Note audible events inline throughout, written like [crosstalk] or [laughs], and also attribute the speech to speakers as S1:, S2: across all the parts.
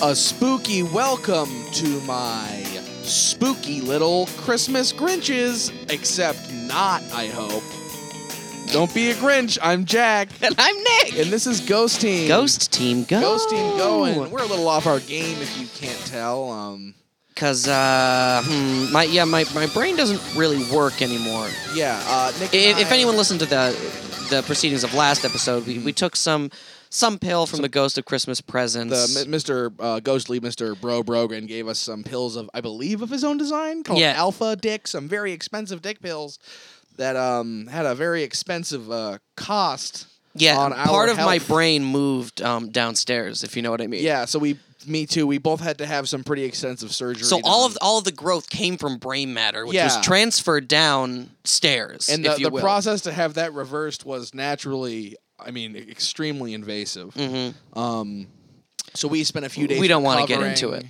S1: A spooky welcome to my spooky little Christmas Grinches, except not, I hope. Don't be a Grinch, I'm Jack.
S2: And I'm Nick.
S1: And this is Ghost Team.
S2: Ghost Oh. team go.
S1: Ghost Team going. We're a little off our game if you can't tell. Um,
S2: Cause uh, hmm, my yeah, my, my brain doesn't really work anymore.
S1: yeah, uh, Nick. and
S2: If, if
S1: I-
S2: anyone listened to the the proceedings of last episode, we, we took some some pill from the Ghost of Christmas Presents.
S1: the M- Mr. Uh, ghostly Mr. Bro Brogan gave us some pills of, I believe, of his own design called
S2: Yeah.
S1: Alpha Dick, some very expensive dick pills that um, had a very expensive uh, cost.
S2: yeah,
S1: on our
S2: part of my
S1: health.
S2: brain moved um, downstairs, if you know what I mean.
S1: Yeah, so we, me too. We both had to have some pretty extensive surgery.
S2: So all
S1: done.
S2: of all of the growth came from brain matter, which
S1: Yeah.
S2: was transferred downstairs.
S1: and the,
S2: if you
S1: the
S2: will.
S1: process to have that reversed was naturally, I mean, extremely invasive.
S2: Mhm.
S1: Um, so we spent a few days.
S2: We don't wanna get
S1: recovering.
S2: into it.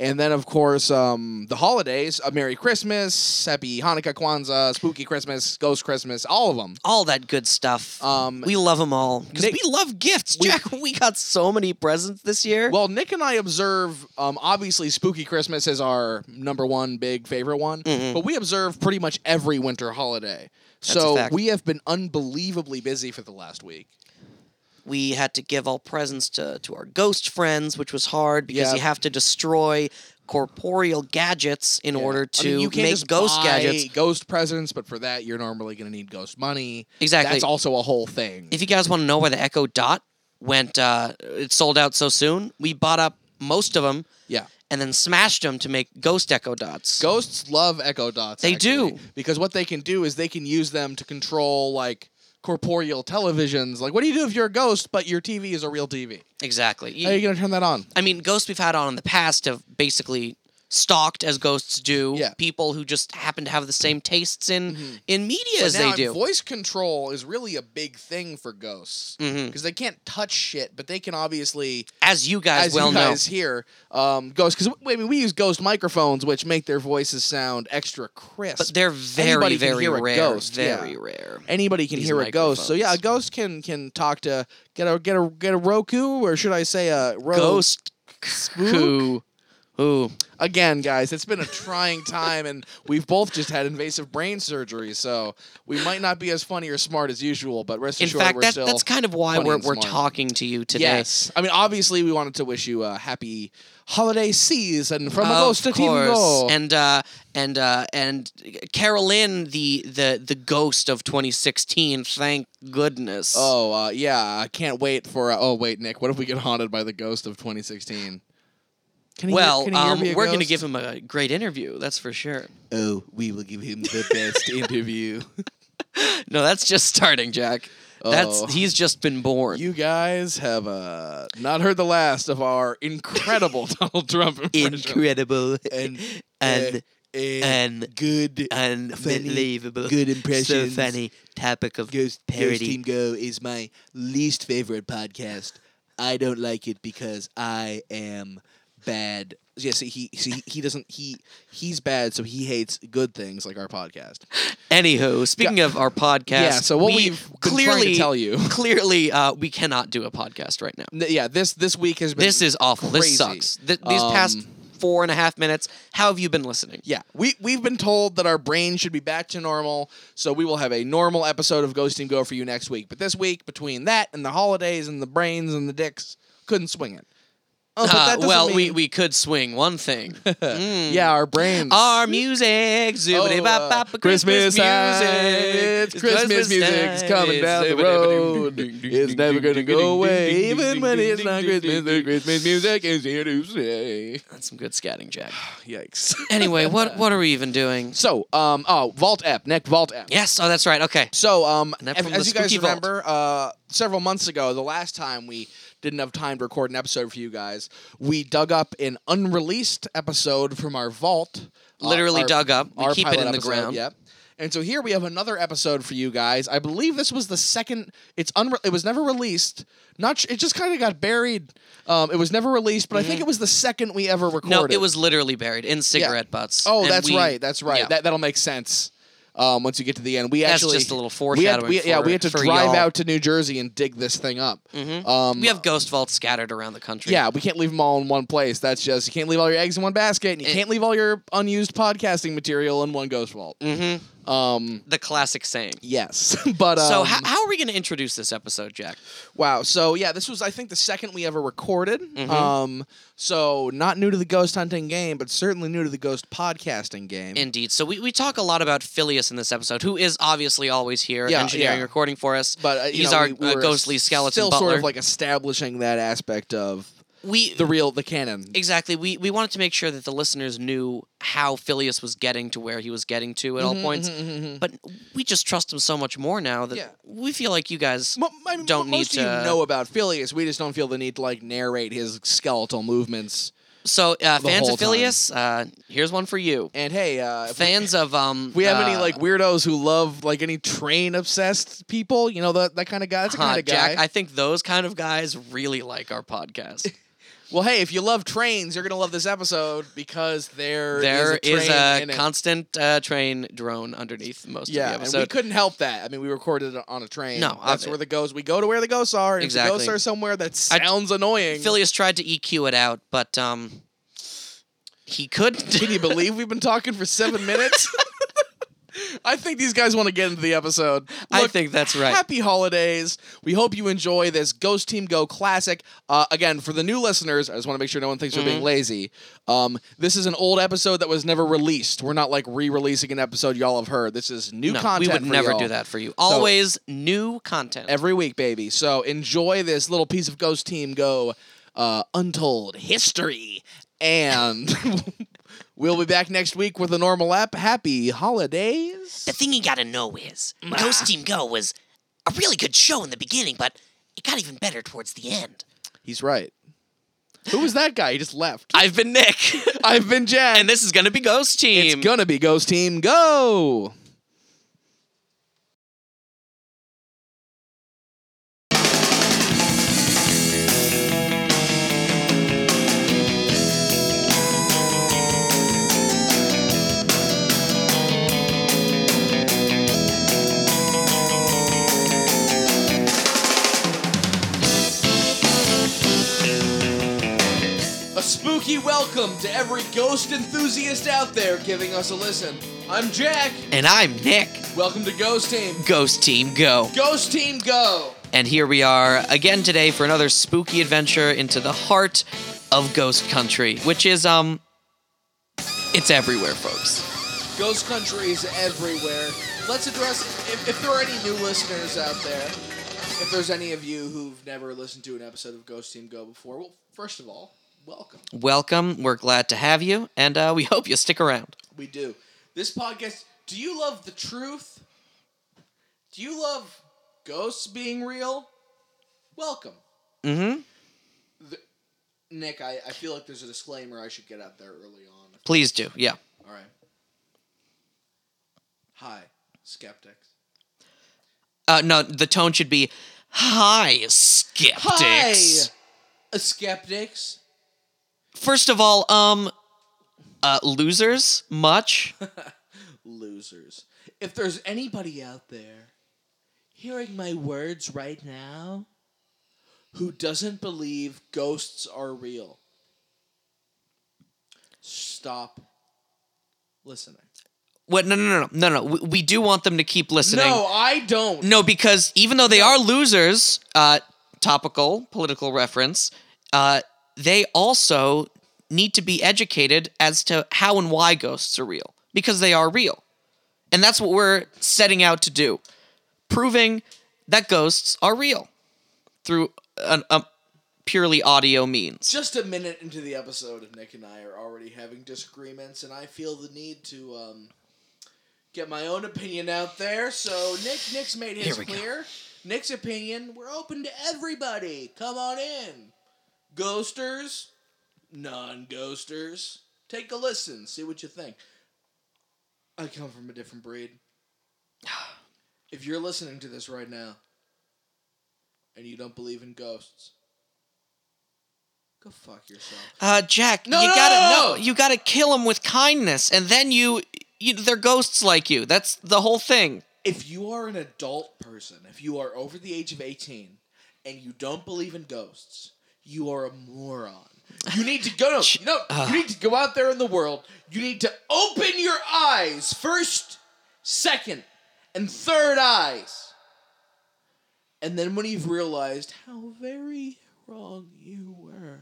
S1: And then, of course, um, the holidays: a Merry Christmas, Happy Hanukkah, Kwanzaa, Spooky Christmas, Ghost Christmas, all of them.
S2: all that good stuff.
S1: Um,
S2: we love them all because
S1: Nick-
S2: we love gifts.
S1: We-
S2: Jack, [laughs] we got so many presents this year.
S1: Well, Nick and I observe. Um, obviously, Spooky Christmas is our number one big favorite one, but we observe pretty much every winter holiday.
S2: Mm-hmm. a
S1: so
S2: fact.
S1: we have been unbelievably busy for the last week.
S2: we had to give all presents to to our ghost friends, which was hard because
S1: Yeah.
S2: you have to destroy corporeal gadgets in order
S1: I
S2: to
S1: mean, you can't
S2: make
S1: just
S2: ghost
S1: buy
S2: gadgets.
S1: ghost presents, but for that you're normally going to need ghost money.
S2: Exactly.
S1: That's also a whole thing.
S2: If you guys want to know why the Echo Dot went, uh, it sold out so soon. We bought up most of them
S1: yeah.
S2: and then smashed them to make ghost Echo Dots.
S1: Ghosts love echo dots.
S2: They
S1: actually,
S2: do.
S1: because what they can do is they can use them to control like corporeal televisions. Like, what do you do if you're a ghost but your TV is a real TV?
S2: exactly. You-
S1: How are you going to turn that on?
S2: I mean, ghosts we've had on in the past have basically stalked as ghosts do
S1: Yeah. Mm-hmm.
S2: people who just happen to have the same tastes in in media as
S1: But now
S2: they do.
S1: Voice control is really a big thing for ghosts because
S2: Mm-hmm.
S1: they can't touch shit, but they can obviously,
S2: as you guys
S1: as
S2: well
S1: you guys hear, um, ghosts. Because I mean, we use ghost microphones, which make their voices sound extra crisp.
S2: know, they're very
S1: Anybody can
S2: very
S1: hear a
S2: rare.
S1: ghost, yeah.
S2: very rare.
S1: Anybody can
S2: These
S1: hear a ghost, so yeah, a ghost can can talk to get a get a get a Roku, or should I say a ro-
S2: Ghost
S1: Spook?
S2: Who? Ooh.
S1: Again, guys, it's been a trying time, and we've both just had invasive brain surgery, so we might not be as funny or smart as usual. But rest
S2: In
S1: assured,
S2: fact,
S1: we're
S2: that,
S1: still
S2: that's kind of why
S1: funny
S2: we're,
S1: and
S2: we're
S1: smart.
S2: talking to you today.
S1: Yes. I mean, obviously, we wanted to wish you a happy holiday season from a
S2: Of
S1: ghost to Team Go.
S2: course, and uh, and uh, and Carolyn, the the the ghost of 2016. Thank goodness.
S1: oh, uh, yeah. I can't wait for. Uh, oh, wait, Nick. What if we get haunted by the ghost of 2016? Can he
S2: Well,
S1: hear- can he hear
S2: um,
S1: me a
S2: we're going to
S1: ghost?
S2: give him a great interview. That's for sure.
S1: Oh, we will give him the [laughs] best interview.
S2: No, that's just
S1: [laughs]
S2: starting, Jack.
S1: Oh.
S2: That's he's just been born.
S1: You guys have uh, not heard the last of our incredible [laughs] Donald Trump impression.
S2: Incredible
S1: And-
S2: and
S1: and
S2: and-
S1: good
S2: unbelievable.
S1: good impressions.
S2: So funny topic of
S1: Ghost, Ghost
S2: parody.
S1: Team Go is my least favorite podcast. I don't like it because I am bad. Yeah, see, he see, he doesn't he he's bad, so he hates good things like our podcast.
S2: Anywho, speaking of our podcast,
S1: Yeah, so what
S2: we
S1: we've been trying to
S2: clearly
S1: tell you.
S2: clearly uh, we cannot do a podcast right now.
S1: [laughs] N- yeah, this this week has been
S2: This is awful.
S1: crazy.
S2: This sucks. Th- these
S1: Um,
S2: past four and a half minutes, how have you been listening?
S1: Yeah, we we've been told that our brain should be back to normal, so we will have a normal episode of Ghost Team Go for you next week. But this week, between that and the holidays and the brains and the dicks, couldn't swing it. Oh, but
S2: Uh,
S1: that doesn't
S2: well, we,
S1: mean-
S2: we could swing
S1: [laughs]
S2: one thing. Hmm.
S1: yeah, our brains.
S2: Our music, zoobity bop bop,
S1: uh,
S2: Oh, Christmas, music.
S1: It's Christmas music's coming down the road. It's never gonna go away, even when it's not Christmas. The Christmas music is here to stay.
S2: That's some good scatting, Jack.
S1: [laughs] Yikes.
S2: [sighs] Anyway, what what are we even doing?
S1: So, um, oh, Vault app, neck Vault app.
S2: Yes, oh, that's right. Okay,
S1: So, um,
S2: And that
S1: as,
S2: from
S1: as
S2: the
S1: you guys
S2: spooky vault.
S1: remember, uh, several months ago, the last time we didn't have time to record an episode for you guys, we dug up an unreleased episode from our vault. uh,
S2: Literally
S1: our-
S2: dug up. We
S1: our
S2: keep it
S1: pilot
S2: in the
S1: episode,
S2: ground.
S1: Yep. And so here we have another episode for you guys. I believe this was the second. It's unre- It was never released. Not. Sh- it just kind of got buried. Um, it was never released, but I
S2: Mm-hmm.
S1: think it was the second we ever recorded.
S2: no, it was literally buried in cigarette butts.
S1: Oh,
S2: and
S1: that's
S2: we-
S1: right. That's right.
S2: yeah.
S1: That that'll make sense. Um, once you get to the end, we
S2: That's
S1: actually
S2: just a little
S1: we had-
S2: foreshadowing.
S1: we- yeah,
S2: for-
S1: we had to
S2: for
S1: drive
S2: y'all.
S1: out to New Jersey and dig this thing up.
S2: Mhm.
S1: Um,
S2: We have ghost vaults scattered around the country.
S1: yeah, we can't leave them all in one place. That's just you can't leave all your eggs in one basket, and you
S2: It-
S1: can't leave all your unused podcasting material in one ghost vault.
S2: hmm
S1: Um,
S2: The classic saying.
S1: yes, [laughs] but um,
S2: so h- how are we going to introduce this episode, Jack?
S1: Wow. So yeah, this was I think the second we ever recorded. Um, so not new to the ghost hunting game, but certainly new to the ghost podcasting game.
S2: Indeed. So we, we talk a lot about Phileas in this episode, who is obviously always here
S1: Yeah,
S2: engineering
S1: yeah.
S2: recording for us.
S1: but uh, you
S2: he's
S1: know,
S2: our
S1: we- we
S2: uh,
S1: were
S2: ghostly skeleton
S1: Still sort
S2: butler.
S1: of like establishing that aspect of
S2: we
S1: the real the canon.
S2: exactly we we wanted to make sure that the listeners knew how Phileas was getting to where he was getting to
S1: Mm-hmm,
S2: at all points. But we just trust him so much more now that
S1: Yeah.
S2: we feel like you guys
S1: Mo- I mean,
S2: don't
S1: most
S2: need
S1: of you
S2: to-
S1: know about Phileas. We just don't feel the need to like narrate his skeletal movements.
S2: So uh,
S1: the
S2: fans
S1: whole
S2: of Phileas, uh, here's one for you.
S1: And hey, uh, if we- [laughs]
S2: Fans of um,
S1: if we have any
S2: uh,
S1: like weirdos who love like any train obsessed people, you know that that kind of guy. That's
S2: huh,
S1: the kind of guy.
S2: Jack, I think those kind of guys really like our podcast.
S1: Well, hey, if you love trains, you're gonna love this episode because [laughs] there
S2: there
S1: is a,
S2: is
S1: train
S2: a,
S1: in it.
S2: constant uh, train drone underneath most
S1: yeah,
S2: of the
S1: and
S2: episode.
S1: we couldn't help that. I mean, we recorded it on a train.
S2: No, I-
S1: that's where the ghosts. We go to where the ghosts are. And If the ghosts
S2: Exactly.
S1: are somewhere that
S2: I-
S1: sounds annoying.
S2: Phileas tried to EQ it out, but um, he couldn't. [laughs]
S1: can you believe we've been talking for seven minutes? I think these guys want to get into the episode.
S2: I
S1: Look,
S2: think that's right.
S1: Happy holidays. We hope you enjoy this Ghost Team Go classic. Uh, again, for the new listeners, I just want to make sure no one thinks we're
S2: Mm-hmm.
S1: being lazy. Um, this is an old episode that was never released. We're not like re-releasing an episode y'all have heard. This is new
S2: no,
S1: content.
S2: we would
S1: for
S2: never
S1: y'all
S2: do that for you. Always new content.
S1: every week, baby. So enjoy this little piece of Ghost Team Go uh, untold history, and [laughs] we'll be back next week with a normal app. Happy holidays.
S3: The thing you gotta know is
S1: Mm-hmm.
S3: Ghost Team Go was a really good show in the beginning, but it got even better towards the end.
S1: He's right. Who was that guy? He just left.
S2: I've been Nick, [laughs]
S1: I've been Jen.
S2: and this is gonna be Ghost Team.
S1: It's gonna be Ghost Team Go. A spooky welcome to every ghost enthusiast out there giving us a listen. I'm Jack.
S2: and I'm Nick.
S1: Welcome to Ghost Team.
S2: Ghost Team, go!
S1: Ghost Team Go.
S2: And here we are again today for another spooky adventure into the heart of Ghost Country, which is um, it's everywhere, folks.
S1: Ghost Country is everywhere. Let's address if, if there are any new listeners out there, if there's any of you who've never listened to an episode of Ghost Team Go before, well, first of all, welcome.
S2: Welcome. We're glad to have you, and uh, we hope you stick around.
S1: We do. This podcast, do you love the truth? Do you love ghosts being real? Welcome.
S2: Mm-hmm.
S1: Nick, I, I feel like there's a disclaimer I should get out there early on.
S2: Please do. Yeah.
S1: All right. Hi, skeptics.
S2: Uh, no, the tone should be hi, skeptics.
S1: Hi, Uh, skeptics.
S2: First of all, um, uh, losers, much.
S1: losers. If there's anybody out there hearing my words right now who doesn't believe ghosts are real, stop listening.
S2: What? No, no, no, no, no, no. We, we do want them to keep listening.
S1: No, I don't.
S2: No, because even though they are losers, uh, topical political reference, uh, they also need to be educated as to how and why ghosts are real because they are real, and that's what we're setting out to do, proving that ghosts are real through an, a purely audio means.
S1: Just a minute into the episode, Nick and I are already having disagreements, and I feel the need to um, get my own opinion out there. So Nick, Nick's made his
S2: Here we go.
S1: clear. Nick's opinion. We're open to everybody. Come on in, ghosters, non-ghosters. Take a listen. See what you think. I come from a different breed. If you're listening to this right now, and you don't believe in ghosts, go fuck yourself.
S2: Uh, Jack,
S1: No,
S2: you
S1: no,
S2: gotta
S1: no, no.
S2: you gotta kill them with kindness, and then you you, they're ghosts like you. That's the whole thing.
S1: If you are an adult person, if you are over the age of 18 and you don't believe in ghosts, you are a moron. You need to go no, no, you need to go out there in the world. You need to open your eyes first, second, and third eyes. And then when you've realized how very wrong you were,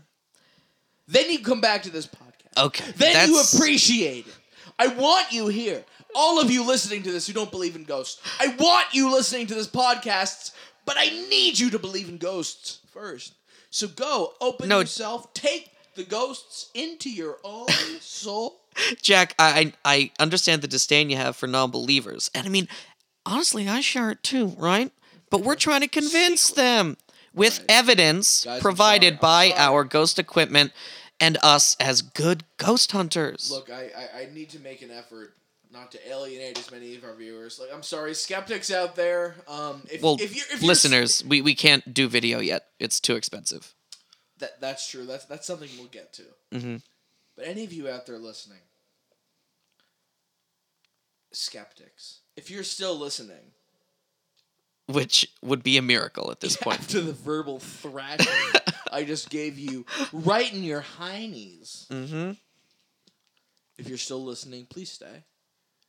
S1: then you come back to this podcast.
S2: Okay.
S1: Then you
S2: that's-
S1: appreciate it. I want you here. All of you listening to this who don't believe in ghosts. I want you listening to this podcast, but I need you to believe in ghosts first. So go, open
S2: No.
S1: yourself, take the ghosts into your own soul.
S2: Jack, I, I I understand the disdain you have for non-believers, and I mean, honestly, I share it too, right? But we're trying to convince them with evidence
S1: Guys, I'm
S2: provided
S1: sorry, I'm
S2: by
S1: sorry.
S2: our ghost equipment and us as good ghost hunters.
S1: Look, I, I, I need to make an effort not to alienate as many of our viewers. Like, I'm sorry, skeptics out there. Um, if,
S2: well,
S1: if you're if you're-
S2: listeners, we, we can't do video yet. It's too expensive.
S1: that that's true. That's that's something we'll get to.
S2: Mhm.
S1: But any of you out there listening, skeptics, if you're still listening
S2: Which would be a miracle at this point.
S1: after the verbal thrashing I just gave you right in your heinies,
S2: Mm-hmm.
S1: if you're still listening, please stay.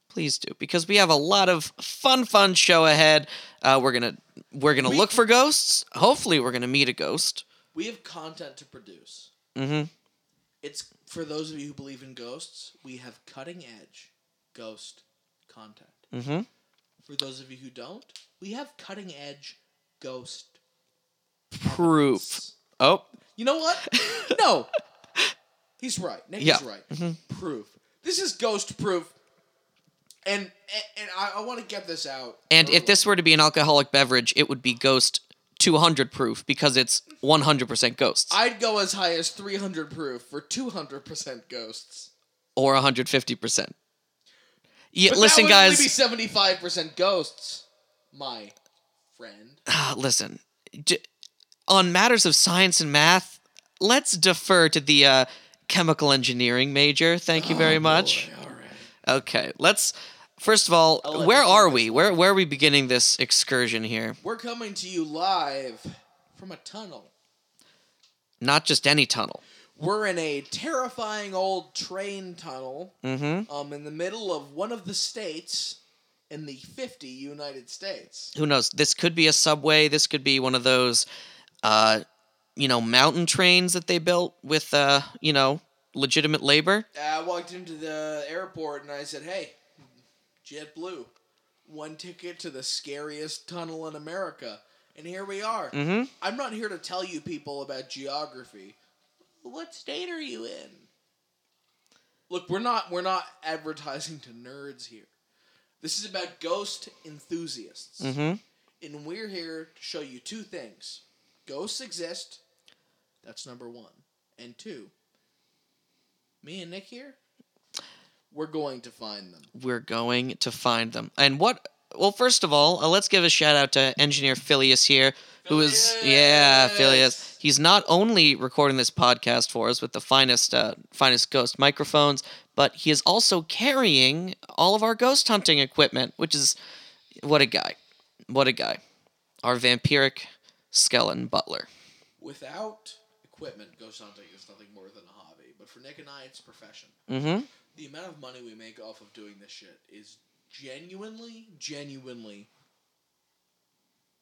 S2: Please do, because we have a lot of fun, fun show ahead. Uh, we're gonna we're gonna
S1: We-
S2: look for ghosts. Hopefully, we're gonna meet a ghost.
S1: We have content to produce.
S2: Mm-hmm.
S1: It's for those of you who believe in ghosts. We have cutting edge ghost content.
S2: Mm-hmm.
S1: For those of you who don't, we have cutting edge ghost
S2: Proof.
S1: evidence.
S2: Oh,
S1: You know
S2: [laughs]
S1: what? no. He's right. Nick
S2: Yeah. Mm-hmm.
S1: is right. Proof. This is ghost proof. And and, and I, I want to get this out.
S2: and if
S1: early.
S2: this were to be an alcoholic beverage, it would be Ghost 200 proof because it's 100% ghosts
S1: I'd go as high as 300 proof for 200% ghosts.
S2: or 150%. Yeah,
S1: But that
S2: listen,
S1: would
S2: guys.
S1: Only be 75% ghosts, my [laughs] friend.
S2: Ah, [sighs] listen, j- on matters of science and math, let's defer to the uh, chemical engineering major. Thank you
S1: Oh,
S2: very much.
S1: All right.
S2: Okay, let's. First of all,
S1: let
S2: where
S1: you
S2: are
S1: take
S2: we? Where where are we beginning this excursion here?
S1: We're coming to you live from a tunnel.
S2: Not just any tunnel.
S1: We're in a terrifying old train tunnel
S2: Mm-hmm.
S1: um, in the middle of one of the states in the 50 United States.
S2: Who knows? This could be a subway. This could be one of those, uh, you know, mountain trains that they built with, uh, you know, legitimate labor.
S1: I walked into the airport and I said, hey, JetBlue, one ticket to the scariest tunnel in America. And here we are.
S2: Mm-hmm.
S1: I'm not here to tell you people about geography. What state are you in? Look, we're not we're not advertising to nerds here. This is about ghost enthusiasts.
S2: Mm-hmm.
S1: And we're here to show you two things. Ghosts exist. That's number one. And two, me and Nick here, we're going to find them.
S2: we're going to find them. And what? Well, first of all, uh, let's give a shout out to engineer Phileas here, who is yeah Phileas. He's not only recording this podcast for us with the finest uh, finest ghost microphones, but he is also carrying all of our ghost hunting equipment, which is what a guy, what a guy, our vampiric skeleton butler.
S1: Without equipment, ghost hunting is nothing more than a hobby. But for Nick and I, it's a profession.
S2: Mm-hmm.
S1: The amount of money we make off of doing this shit is genuinely, genuinely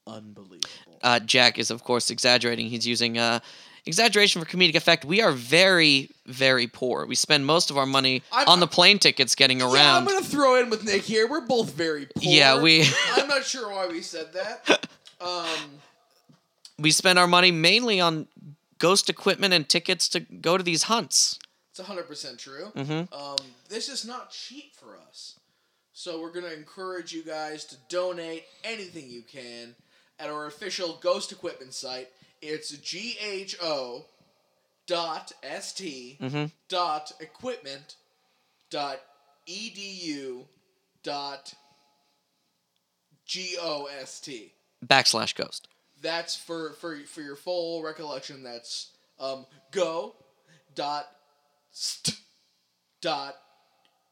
S1: unbelievable.
S2: uh, Jack is of course exaggerating. He's using uh, exaggeration for comedic effect. We are very, very poor. We spend most of our money
S1: I'm-
S2: on the plane tickets getting
S1: Yeah, I'm
S2: around.
S1: gonna throw in with Nick here. We're both very poor.
S2: Yeah, we-
S1: I'm not sure why we said that.
S2: [laughs]
S1: Um,
S2: we spend our money mainly on ghost equipment and tickets to go to these hunts.
S1: it's 100 percent true.
S2: Mhm.
S1: Um, this is not cheap for us, so we're gonna encourage you guys to donate anything you can at our official Ghost Equipment site. It's G H O dot S T
S2: Mhm.
S1: dot equipment dot E D U dot G O S T.
S2: Backslash ghost.
S1: that's for for for your full recollection that's um go dot st dot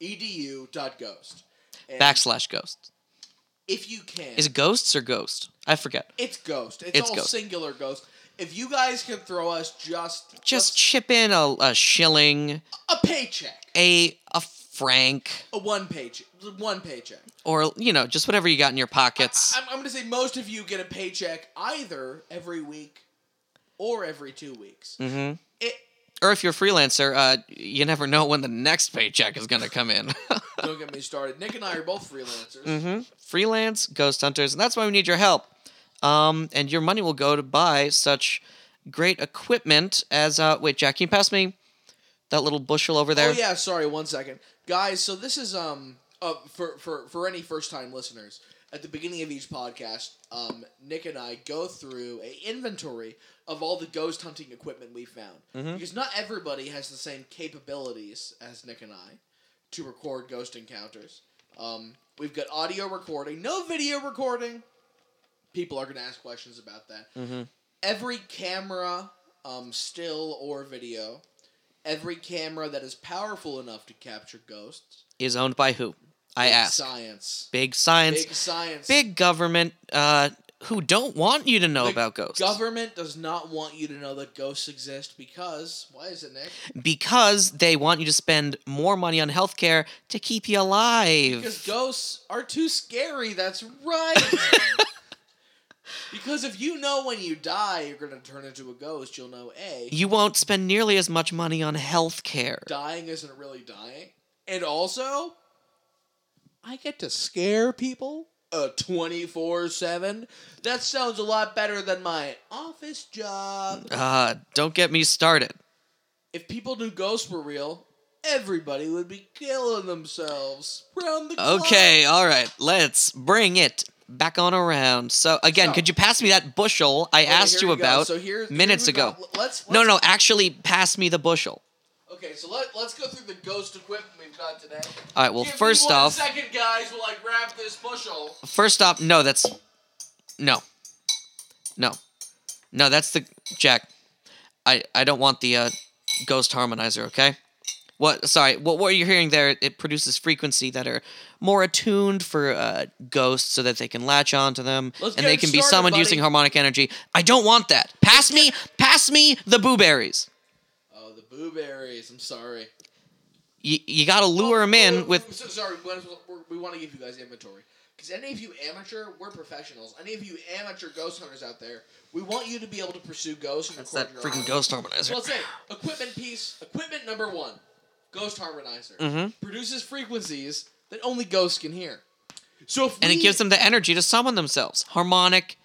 S1: edu.ghost. And
S2: Backslash ghost.
S1: If you can.
S2: Is it ghosts or ghost? I forget.
S1: It's ghost. It's,
S2: It's
S1: all
S2: Ghost.
S1: singular ghost. If you guys can throw us just
S2: Just chip in a, a shilling,
S1: a paycheck,
S2: a a franc,
S1: a one paycheck, one paycheck.
S2: or you know, just whatever you got in your pockets.
S1: [laughs] I'm, I'm gonna say most of you get a paycheck either every week or every two weeks.
S2: hmm
S1: It,
S2: Or if you're a freelancer, uh, you never know when the next paycheck is gonna come in. [laughs]
S1: don't get me started. Nick and I are both freelancers.
S2: hmm Freelance ghost hunters, and that's why we need your help. Um, and your money will go to buy such great equipment as uh, wait, Jack, can you pass me that little bushel over there?
S1: Oh yeah, sorry, one second, guys. So this is um uh, for for for any first time listeners. At the beginning of each podcast, um, Nick and I go through a inventory of all the ghost hunting equipment we found because not everybody has the same capabilities as Nick and I to record ghost encounters. Um, we've got audio recording, no video recording. People are going to ask questions about that. Every camera, um, still or video, every camera that is powerful enough to capture ghosts.
S2: Is owned by who? I
S1: Big
S2: ask.
S1: Science.
S2: Big science.
S1: Big science.
S2: big government uh, who don't want you to know
S1: The
S2: about ghosts
S1: Government does not want you to know that ghosts exist because why is it, Nick?
S2: because they want you to spend more money on healthcare to keep you alive.
S1: Because ghosts are too scary. That's
S2: [laughs]
S1: right. because if you know when you die you're going to turn into a ghost, you'll know a
S2: you won't spend nearly as much money on healthcare.
S1: dying isn't really dying, and also I get to scare people. Uh, 24-7 that sounds a lot better than my office job
S2: Uh, don't get me started.
S1: If people knew ghosts were real, everybody would be killing themselves round the clock.
S2: Okay, all right, let's bring it back on around. So again,
S1: So-
S2: could you pass me that bushel I
S1: Okay,
S2: asked
S1: here
S2: you
S1: we go.
S2: about
S1: So here- here
S2: minutes
S1: we go.
S2: ago?
S1: L- Let's,
S2: No,
S1: let's-
S2: no, actually, pass me the bushel.
S1: Okay, so let, let's go through the ghost equipment we've got today.
S2: All right. Well,
S1: Give me
S2: first
S1: one
S2: off,
S1: second, guys, while I grab this bushel.
S2: First off, no, that's no, no, no. That's the Jack. I I don't want the uh, ghost harmonizer. Okay. What? Sorry. What? What you're hearing there? It produces frequency that are more attuned for uh, ghosts, so that they can latch onto them
S1: Let's
S2: and
S1: get
S2: they
S1: it
S2: can be
S1: started,
S2: summoned
S1: buddy.
S2: using harmonic energy. I don't want that. Pass me, pass me the booberries.
S1: Oh, the blueberries. I'm sorry.
S2: You, you gotta lure them in with.
S1: Oh, So, sorry, we wanna- we're- we want to give you guys inventory. Because any of you amateur, we're professionals. Any of you amateur ghost hunters out there, we want you to be able to pursue ghosts and
S2: That's
S1: record
S2: that
S1: your
S2: freaking
S1: own.
S2: ghost
S1: So
S2: harmonizer.
S1: let's say equipment piece, equipment number one, ghost harmonizer
S2: Mhm.
S1: produces frequencies that only ghosts can hear. So if
S2: And it
S1: we-
S2: gives them the energy to summon themselves. Harmonic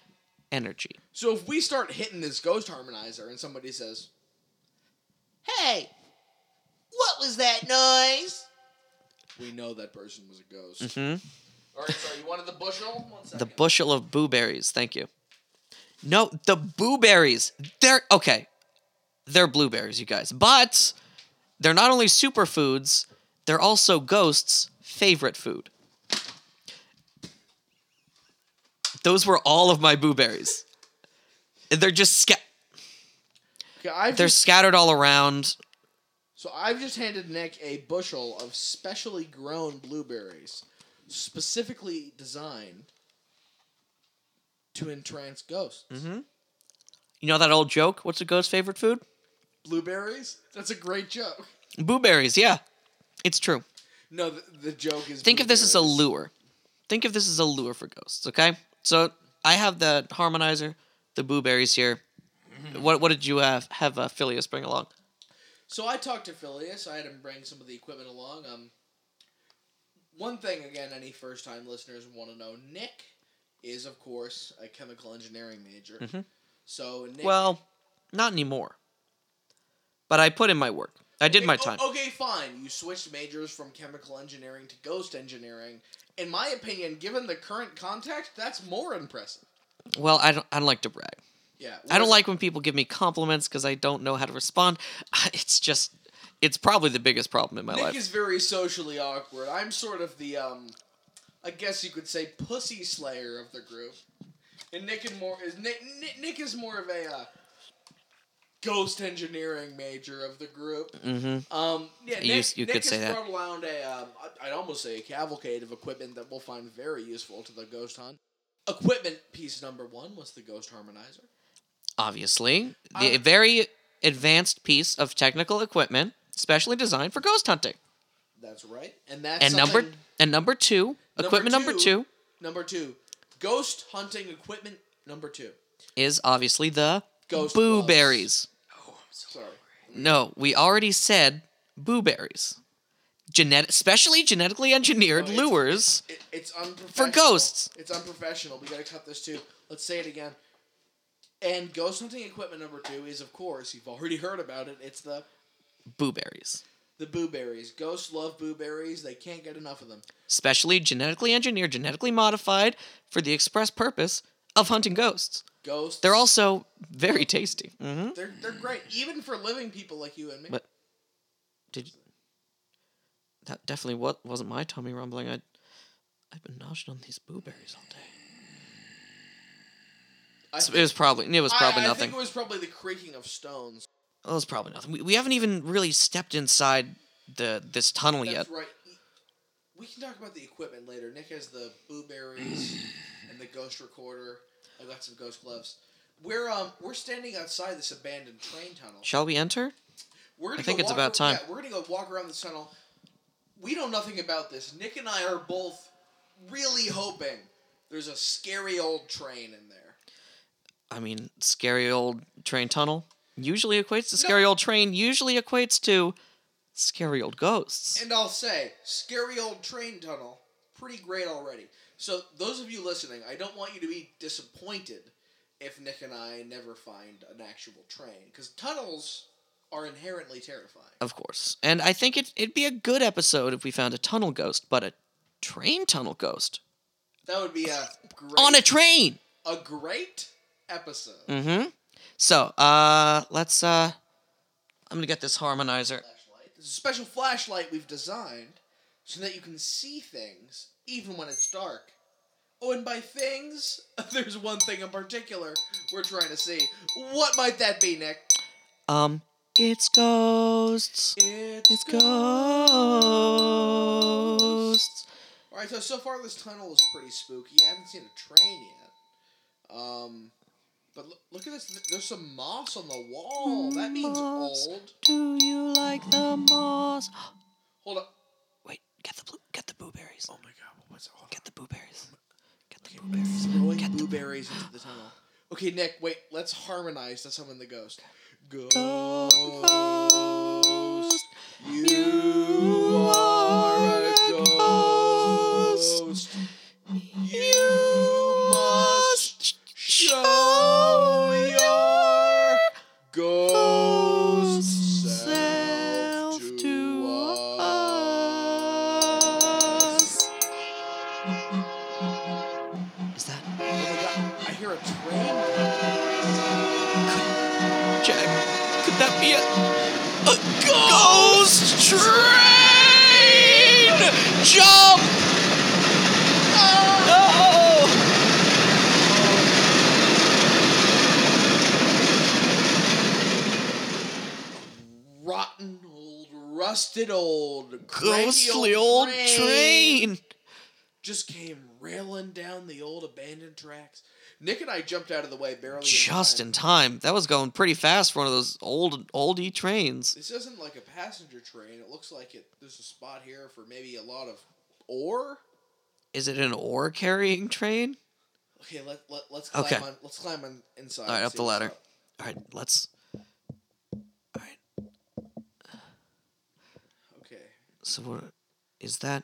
S2: energy.
S1: So if we start hitting this ghost harmonizer and somebody says, "Hey, what was that noise?" We know that person was a ghost.
S2: hmm
S1: All right, sorry, you wanted the bushel? One second.
S2: The bushel of blueberries. Thank you. No, the blueberries. They're okay. They're blueberries, you guys. But they're not only superfoods, they're also ghosts' favorite food. Those were all of my blueberries. They're just sca-
S1: Okay, I've
S2: they're
S1: just,
S2: scattered all around.
S1: so I've just handed Nick a bushel of specially grown blueberries, specifically designed to entrance ghosts.
S2: Mm-hmm. You know that old joke? What's a ghost's favorite food?
S1: Blueberries? That's a great joke.
S2: Blueberries. Yeah, it's true.
S1: No, the, the joke is.
S2: Think of this as a
S1: blueberries.
S2: lure. Think of this as a lure for ghosts, okay? So I have the harmonizer, the blueberries here. What what did you have have uh, Phileas bring along?
S1: So I talked to Phileas. I had him bring some of the equipment along. Um, one thing again, any first time listeners want to know: Nick is, of course, a chemical engineering major.
S2: Mhm.
S1: So Nick,
S2: Well, not anymore. But I put in my work. I did my
S1: Okay,
S2: time.
S1: o- "Oh, Okay, fine. You switched majors from chemical engineering to ghost engineering. In my opinion, given the current context, that's more impressive.
S2: Well, I don't I don't like to brag.
S1: Yeah,
S2: I don't like when people give me compliments cuz I don't know how to respond. [laughs] It's just it's probably the biggest problem in my
S1: Nick [laughs]
S2: life.
S1: is very socially awkward. I'm sort of the um, I guess you could say pussy slayer of the group. And Nick and more is Nick. Nick, Nick is more of a uh, ghost engineering major of the group.
S2: Mm-hmm.
S1: Um, yeah,
S2: You-
S1: Nick,
S2: you
S1: Nick
S2: could
S1: has
S2: say that.
S1: brought around a, um, I- I'd almost say a cavalcade of equipment that we'll find very useful to the ghost hunt. Equipment piece number one was the ghost harmonizer.
S2: Obviously, the
S1: Uh,
S2: very advanced piece of technical equipment specially designed for ghost hunting.
S1: That's right, and that's
S2: And number
S1: something-
S2: and number two,
S1: Number
S2: equipment number two
S1: Number two, ghost hunting equipment number two.
S2: is obviously the
S1: Ghost
S2: boo
S1: gloves.
S2: berries.
S1: Sorry,
S2: No, we already said boo berries. Genet- specially genetically engineered
S1: Oh, it's-
S2: lures.
S1: it, it's unprofessional.
S2: ghosts.
S1: it's unprofessional. We gotta cut this too. Let's say it again. And ghost hunting equipment number two is, of course, you've already heard about it. It's the
S2: Boo berries.
S1: the boo berries. Ghosts love boo berries. They can't get enough of them.
S2: Specially genetically engineered, genetically modified for the express purpose of hunting ghosts.
S1: Ghosts.
S2: They're also very tasty. Mm-hmm.
S1: they're, they're great, even for living people like you and me.
S2: But- Did that definitely what wasn't my tummy rumbling? I I've been noshing on these blueberries all day.
S1: I
S2: It was probably it was probably
S1: I, I
S2: nothing.
S1: think it was probably the creaking of stones.
S2: It was probably nothing. We, we haven't even really stepped inside the this tunnel
S1: That's
S2: yet.
S1: right. We can talk about the equipment later. Nick has the boo
S2: [clears throat]
S1: berries and the ghost recorder. I got some ghost gloves. We're um we're standing outside this abandoned train tunnel.
S2: Shall we enter?
S1: We're gonna
S2: I think
S1: go
S2: it's
S1: walk
S2: about
S1: ar-
S2: time.
S1: yeah, we're gonna go walk around this tunnel. We know nothing about this. Nick and I are both really hoping there's a scary old train in there.
S2: I mean, scary old train tunnel usually equates to scary old train. Usually equates to scary old ghosts.
S1: And I'll say, scary old train tunnel, pretty great already. So, those of you listening, I don't want you to be disappointed if Nick and I never find an actual train, because tunnels are inherently terrifying.
S2: Of course. And I think it, it'd be a good episode if we found a tunnel ghost, but a train tunnel ghost
S1: That would be a great,
S2: [laughs] on a train.
S1: a great episode.
S2: Mm-hmm. So, uh, let's. uh I'm gonna get this harmonizer.
S1: Flashlight. This is a special flashlight we've designed so that you can see things even when it's dark. Oh, and by things, [laughs] there's one thing in particular we're trying to see. What might that be, Nick?
S2: Um, it's ghosts.
S1: It's,
S2: It's ghosts.
S1: All right, so so far this tunnel is pretty spooky. I haven't seen a train yet. Um, but look, look at this. th- There's some moss on the wall. That means
S2: Moss.
S1: old.
S2: Do you like the moss?
S1: Hold up.
S2: Wait, get the blue, get the blueberries.
S1: Oh my God! What's all
S2: Get the blueberries. Get the
S1: He's
S2: blueberries.
S1: throwing
S2: Get the
S1: blueberries into the tunnel. Okay, Nick. Wait. Let's harmonize to summon the ghost. Ghost,
S2: ghost.
S1: you are a ghost. You must Show your ghost self to us.
S2: Is that
S1: Oh my god, I hear a train.
S2: Jack? Could that be a a ghost, train? Jump! No!
S1: Rotten old, rusted old, cranky
S2: Ghostly old train.
S1: Just came railing down the old abandoned tracks. Nick and I jumped out of the way barely. in
S2: Just
S1: time.
S2: in time. That was going pretty fast for one of those old oldie trains.
S1: This isn't like a passenger train. It looks like it. There's a spot here for maybe a lot of ore.
S2: Is it an ore carrying train?
S1: Okay, let, let, let's climb
S2: Okay.
S1: on let's climb on inside.
S2: All right,
S1: and
S2: up
S1: see
S2: the
S1: what's
S2: ladder.
S1: up.
S2: All right, let's. All right.
S1: Okay.
S2: So what is that?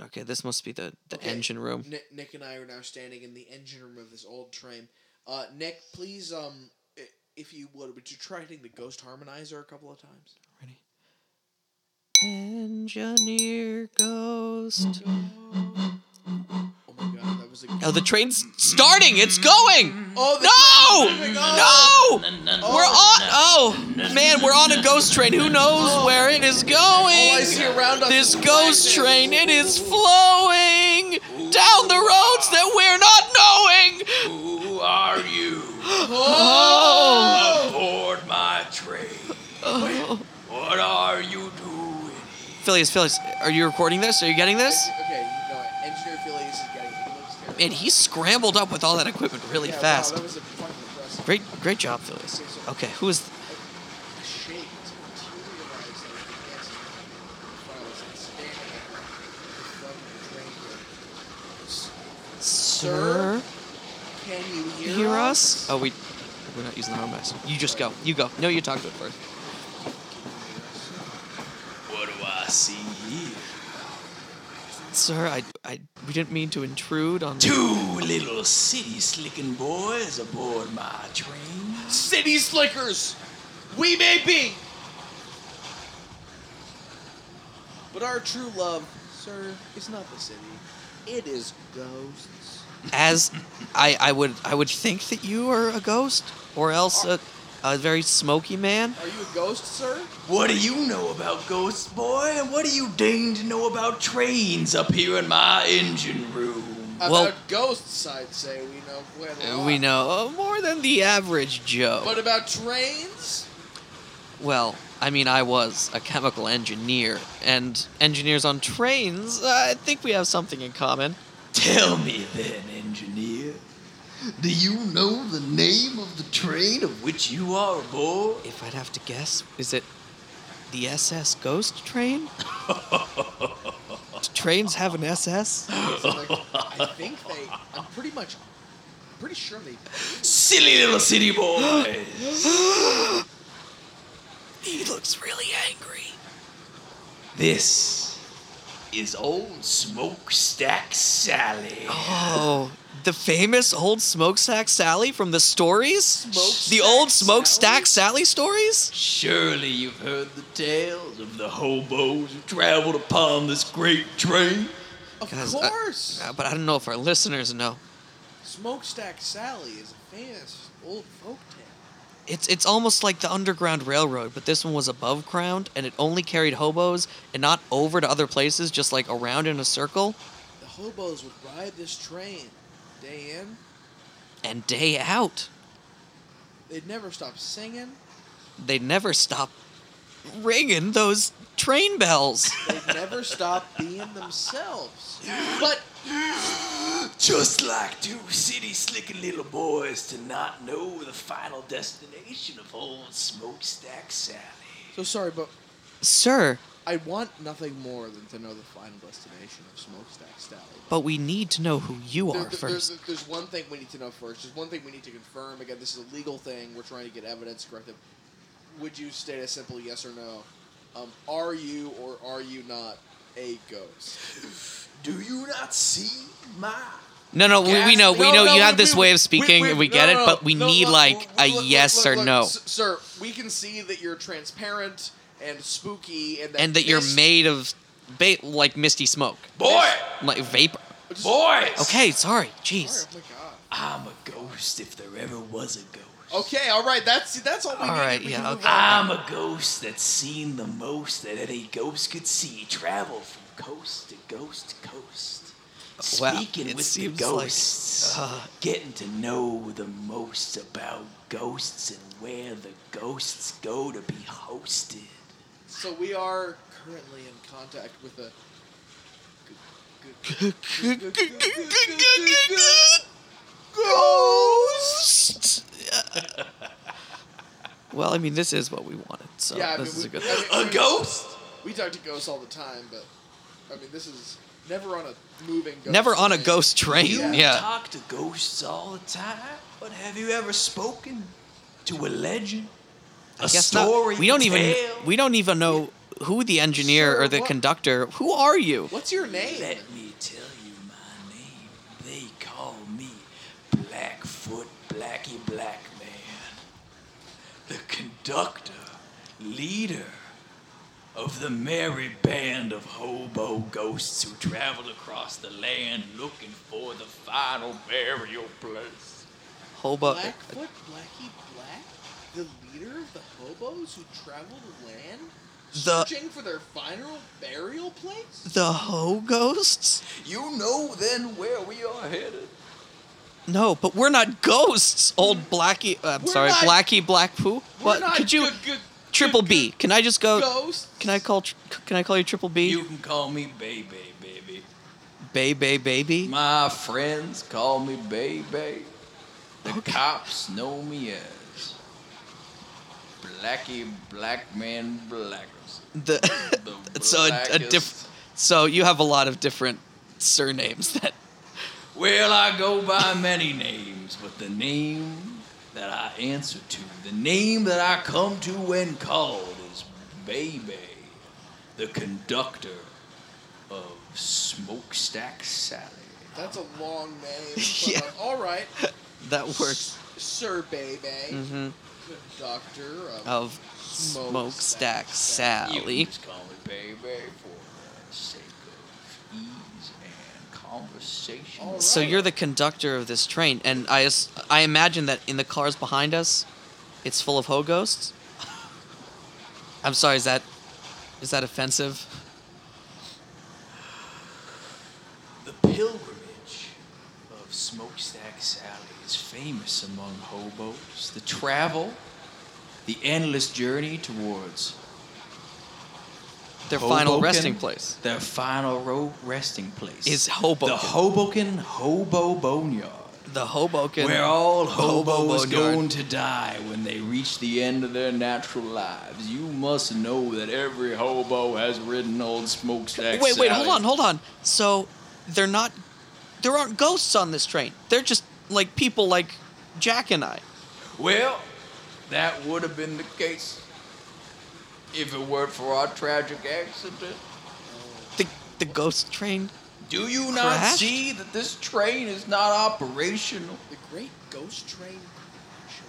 S2: Okay, this must be the the
S1: Okay.
S2: engine room.
S1: Nick, Nick and I are now standing in the engine room of this old train. Uh, Nick, please um i- if you would would you try hitting the ghost harmonizer a couple of times?
S2: Ready? Engineer ghost.
S1: Mm-hmm. Oh my god, that
S2: [laughs]
S1: was a
S2: Oh, the train's starting. It's going.
S1: Oh
S2: No!
S1: the train's moving on!
S2: No!
S3: We're
S2: We're on. Oh man, we're on a ghost train. Who knows where it is going?
S1: All Oh, I see around us
S2: This
S1: is blackness.
S2: ghost train, it is flowing down the roads that we're not knowing.
S4: Who are you?
S1: Oh!
S4: Aboard my
S2: Phillies, Phillies, are you recording this? Are you getting this?
S1: Okay, no, engineer Phillies is getting. He looks terrible.
S2: Man, he scrambled up with all that equipment really
S1: Yeah, wow,
S2: fast.
S1: that was a fucking impressive
S2: Great, great job, Phillies. Okay, who is?
S1: shake. It's materialized like the guest while it's standing from the drain. Sir? Can you hear,
S2: hear us? Oh, we we're not using the home mics. You just go. You go. No, you talk to it first.
S4: What do I see here?
S2: Sir, I, I we didn't mean to intrude on.
S4: Two little city slicking boys aboard my train.
S1: City slickers! We may be! But our true love, sir, is not the city. It is ghosts.
S2: As I I would I would think that you are a ghost or else a, a very smoky man.
S1: Are you a ghost, sir?
S4: What do you know about ghosts, boy? And what do you deign to know about trains up here in my engine room?
S1: About
S2: Well-
S1: ghosts, I'd say we know quite a
S2: Uh,
S1: lot.
S2: We know uh, more than the average Joe.
S1: But about trains?
S2: Well, I mean, I was a chemical engineer, and engineers on trains, uh, I think we have something in common.
S4: Tell me then, engineer. Do you know the name of the train of which you are aboard?
S2: If I'd have to guess, is it the SS Ghost [laughs] Train? Do trains have an SS?
S1: Like,
S2: [laughs]
S1: I think they. I'm pretty much. Pretty sure they.
S4: Silly little city boy!
S2: He looks really angry.
S4: this is old Smokestack Sally.
S2: Oh, the famous old smokestack Sally from the stories?
S1: Smokestack
S2: the old smokestack Sally stories?
S4: Surely you've heard the tales of the hobos who traveled upon this great train.
S1: Of
S2: Guys, I-
S1: course!
S2: Uh, but I don't know if our listeners know.
S1: Smokestack Sally is a famous old folk tale.
S2: It's it's almost like the Underground Railroad, but this one was above ground, and it only carried hobos and not over to other places, just like around in a circle.
S1: The hobos would ride this train day in.
S2: And day out,
S1: They'd never stop singing.
S2: they never stop ringing those train bells.
S1: They'd never stop being themselves. But
S4: Just like two city slicking little boys to not know the final destination of old Smokestack Sally.
S1: so sorry, but
S2: [laughs] Sir,
S1: I want nothing more than to know the final destination of Smokestack Sally.
S2: but we need to know who you
S1: There-
S2: are
S1: there-
S2: first.
S1: There's, there's one thing we need to know first. There's one thing we need to confirm. Again, this is a legal thing. We're trying to get evidence corrective. Would you state a simple yes or no? Um, are you or are you not a ghost?
S4: Do you not see my
S2: No, no, we, we
S1: Gas-
S2: know, we
S1: no,
S2: know.
S1: no,
S2: you
S1: we-
S2: have this
S1: we-
S2: way of speaking,
S1: we-
S2: we,
S1: we-
S2: get
S1: no,
S2: it,
S1: no,
S2: but we
S1: no,
S2: need
S1: look,
S2: like
S1: look,
S2: a
S1: look, look,
S2: yes
S1: look,
S2: or
S1: look,
S2: no,
S1: s- Sir, we can see that you're transparent and spooky, and that
S2: and that you're
S1: this-
S2: made of, ba- like misty smoke,
S4: boy?
S2: like vapor.
S1: just- Oh,
S4: Boys!
S2: Okay,
S1: Sorry,
S2: sorry, jeez.
S1: oh my
S4: I'm a ghost if there ever was a ghost.
S1: God. Okay, all right. That's that's all we
S2: All
S1: need.
S2: right, yeah, okay.
S4: I'm a ghost that's seen the most that any ghost could see. Travel from coast to coast to coast.
S2: Wow,
S4: Speaking
S2: it
S4: with the
S2: seems like,
S4: ghosts.
S2: uh,
S4: getting to know the most about ghosts and where the ghosts go to be hosted.
S1: So we are currently in contact with a.
S2: Ghost. well, I mean, this is what we wanted, so
S1: Yeah, I
S2: Oh, this
S1: mean,
S2: is
S1: we-
S2: a good.
S1: I mean-
S4: A ghost?
S1: We talk to ghosts all the time, but I mean, this is never on a moving. ghost
S2: Never on a
S1: train.
S2: ghost train.
S4: You
S2: Yeah.
S1: Yeah.
S4: talk to ghosts all the time, but have you ever spoken to a legend? A
S2: Guess not.
S4: story?
S2: We don't even.
S4: tale?
S2: We don't even know who the engineer
S1: Sir,
S2: or the
S1: what-
S2: conductor. Who are you?
S1: What's your name?
S4: Let me tell you my name. They call me Blackfoot Blackie Black Man, the conductor, leader of the merry band of hobo ghosts who travel across the land looking for the final burial place.
S2: Hobo.
S1: Blackfoot Blackie Black, the leader of the hobos who travel the land,
S2: The-
S1: searching for their final burial place.
S2: The ho ghosts?
S4: You know then where we are headed.
S2: No, but we're not ghosts, old Blackie. Uh, I'm
S1: We're
S2: sorry,
S1: not-
S2: Blackie Black Poo.
S1: We're
S2: What
S1: not
S2: could you?
S1: good, good
S2: Triple B. Can I just go?
S4: Ghost.
S2: Can I call? tr- Can I call you Triple B?
S4: You can call me baby, baby.
S2: Bay Bay Baby.
S4: My friends call me baby. The cops know me as Blackie Black Man Blackers.
S2: The, [laughs]
S4: The
S2: so a, a
S4: blackest-
S2: diff, So you have a lot of different surnames that.
S4: Well, I go by many names, but the name that I answer to, the name that I come to when called, is Baby, the conductor of Smokestack Sally.
S1: That's a long name.
S2: [laughs]
S1: but,
S2: Yeah.
S1: like, all
S2: [laughs]
S1: right,
S2: That works Mm-hmm.
S1: Sir Baby, conductor of
S2: of
S1: Smokestack
S2: Oh, smokestack
S4: You
S2: Sally.
S4: just call me Baby for the sake of ease and conversation.
S1: All
S2: So you're the conductor of this train, and I as- I imagine that in the cars behind us, it's full of ho ghosts. [laughs] I'm sorry. Is that is that offensive?
S4: The pilgrimage of Smokestack Sally is famous among hobos. The travel, the endless journey towards
S2: Their final
S4: Hoboken,
S2: resting place.
S4: Their final ro- resting place
S2: Is Hoboken.
S4: The Hoboken Hobo Boneyard.
S2: The Hoboken.
S4: Where all
S2: Hobo
S4: hobos
S2: Boneyard.
S4: going to die when they reach the end of their natural lives. You must know that every hobo has ridden old smokestack.
S2: wait, wait, hold
S4: Sally.
S2: on, hold on. So they're not there aren't ghosts on this train. They're just like people like Jack and I.
S4: Well, that would have been the case if it weren't for our tragic accident.
S2: The the ghost train.
S4: Do you not
S2: Crashed?
S4: see that this train is not operational?
S1: the Great Ghost Train crash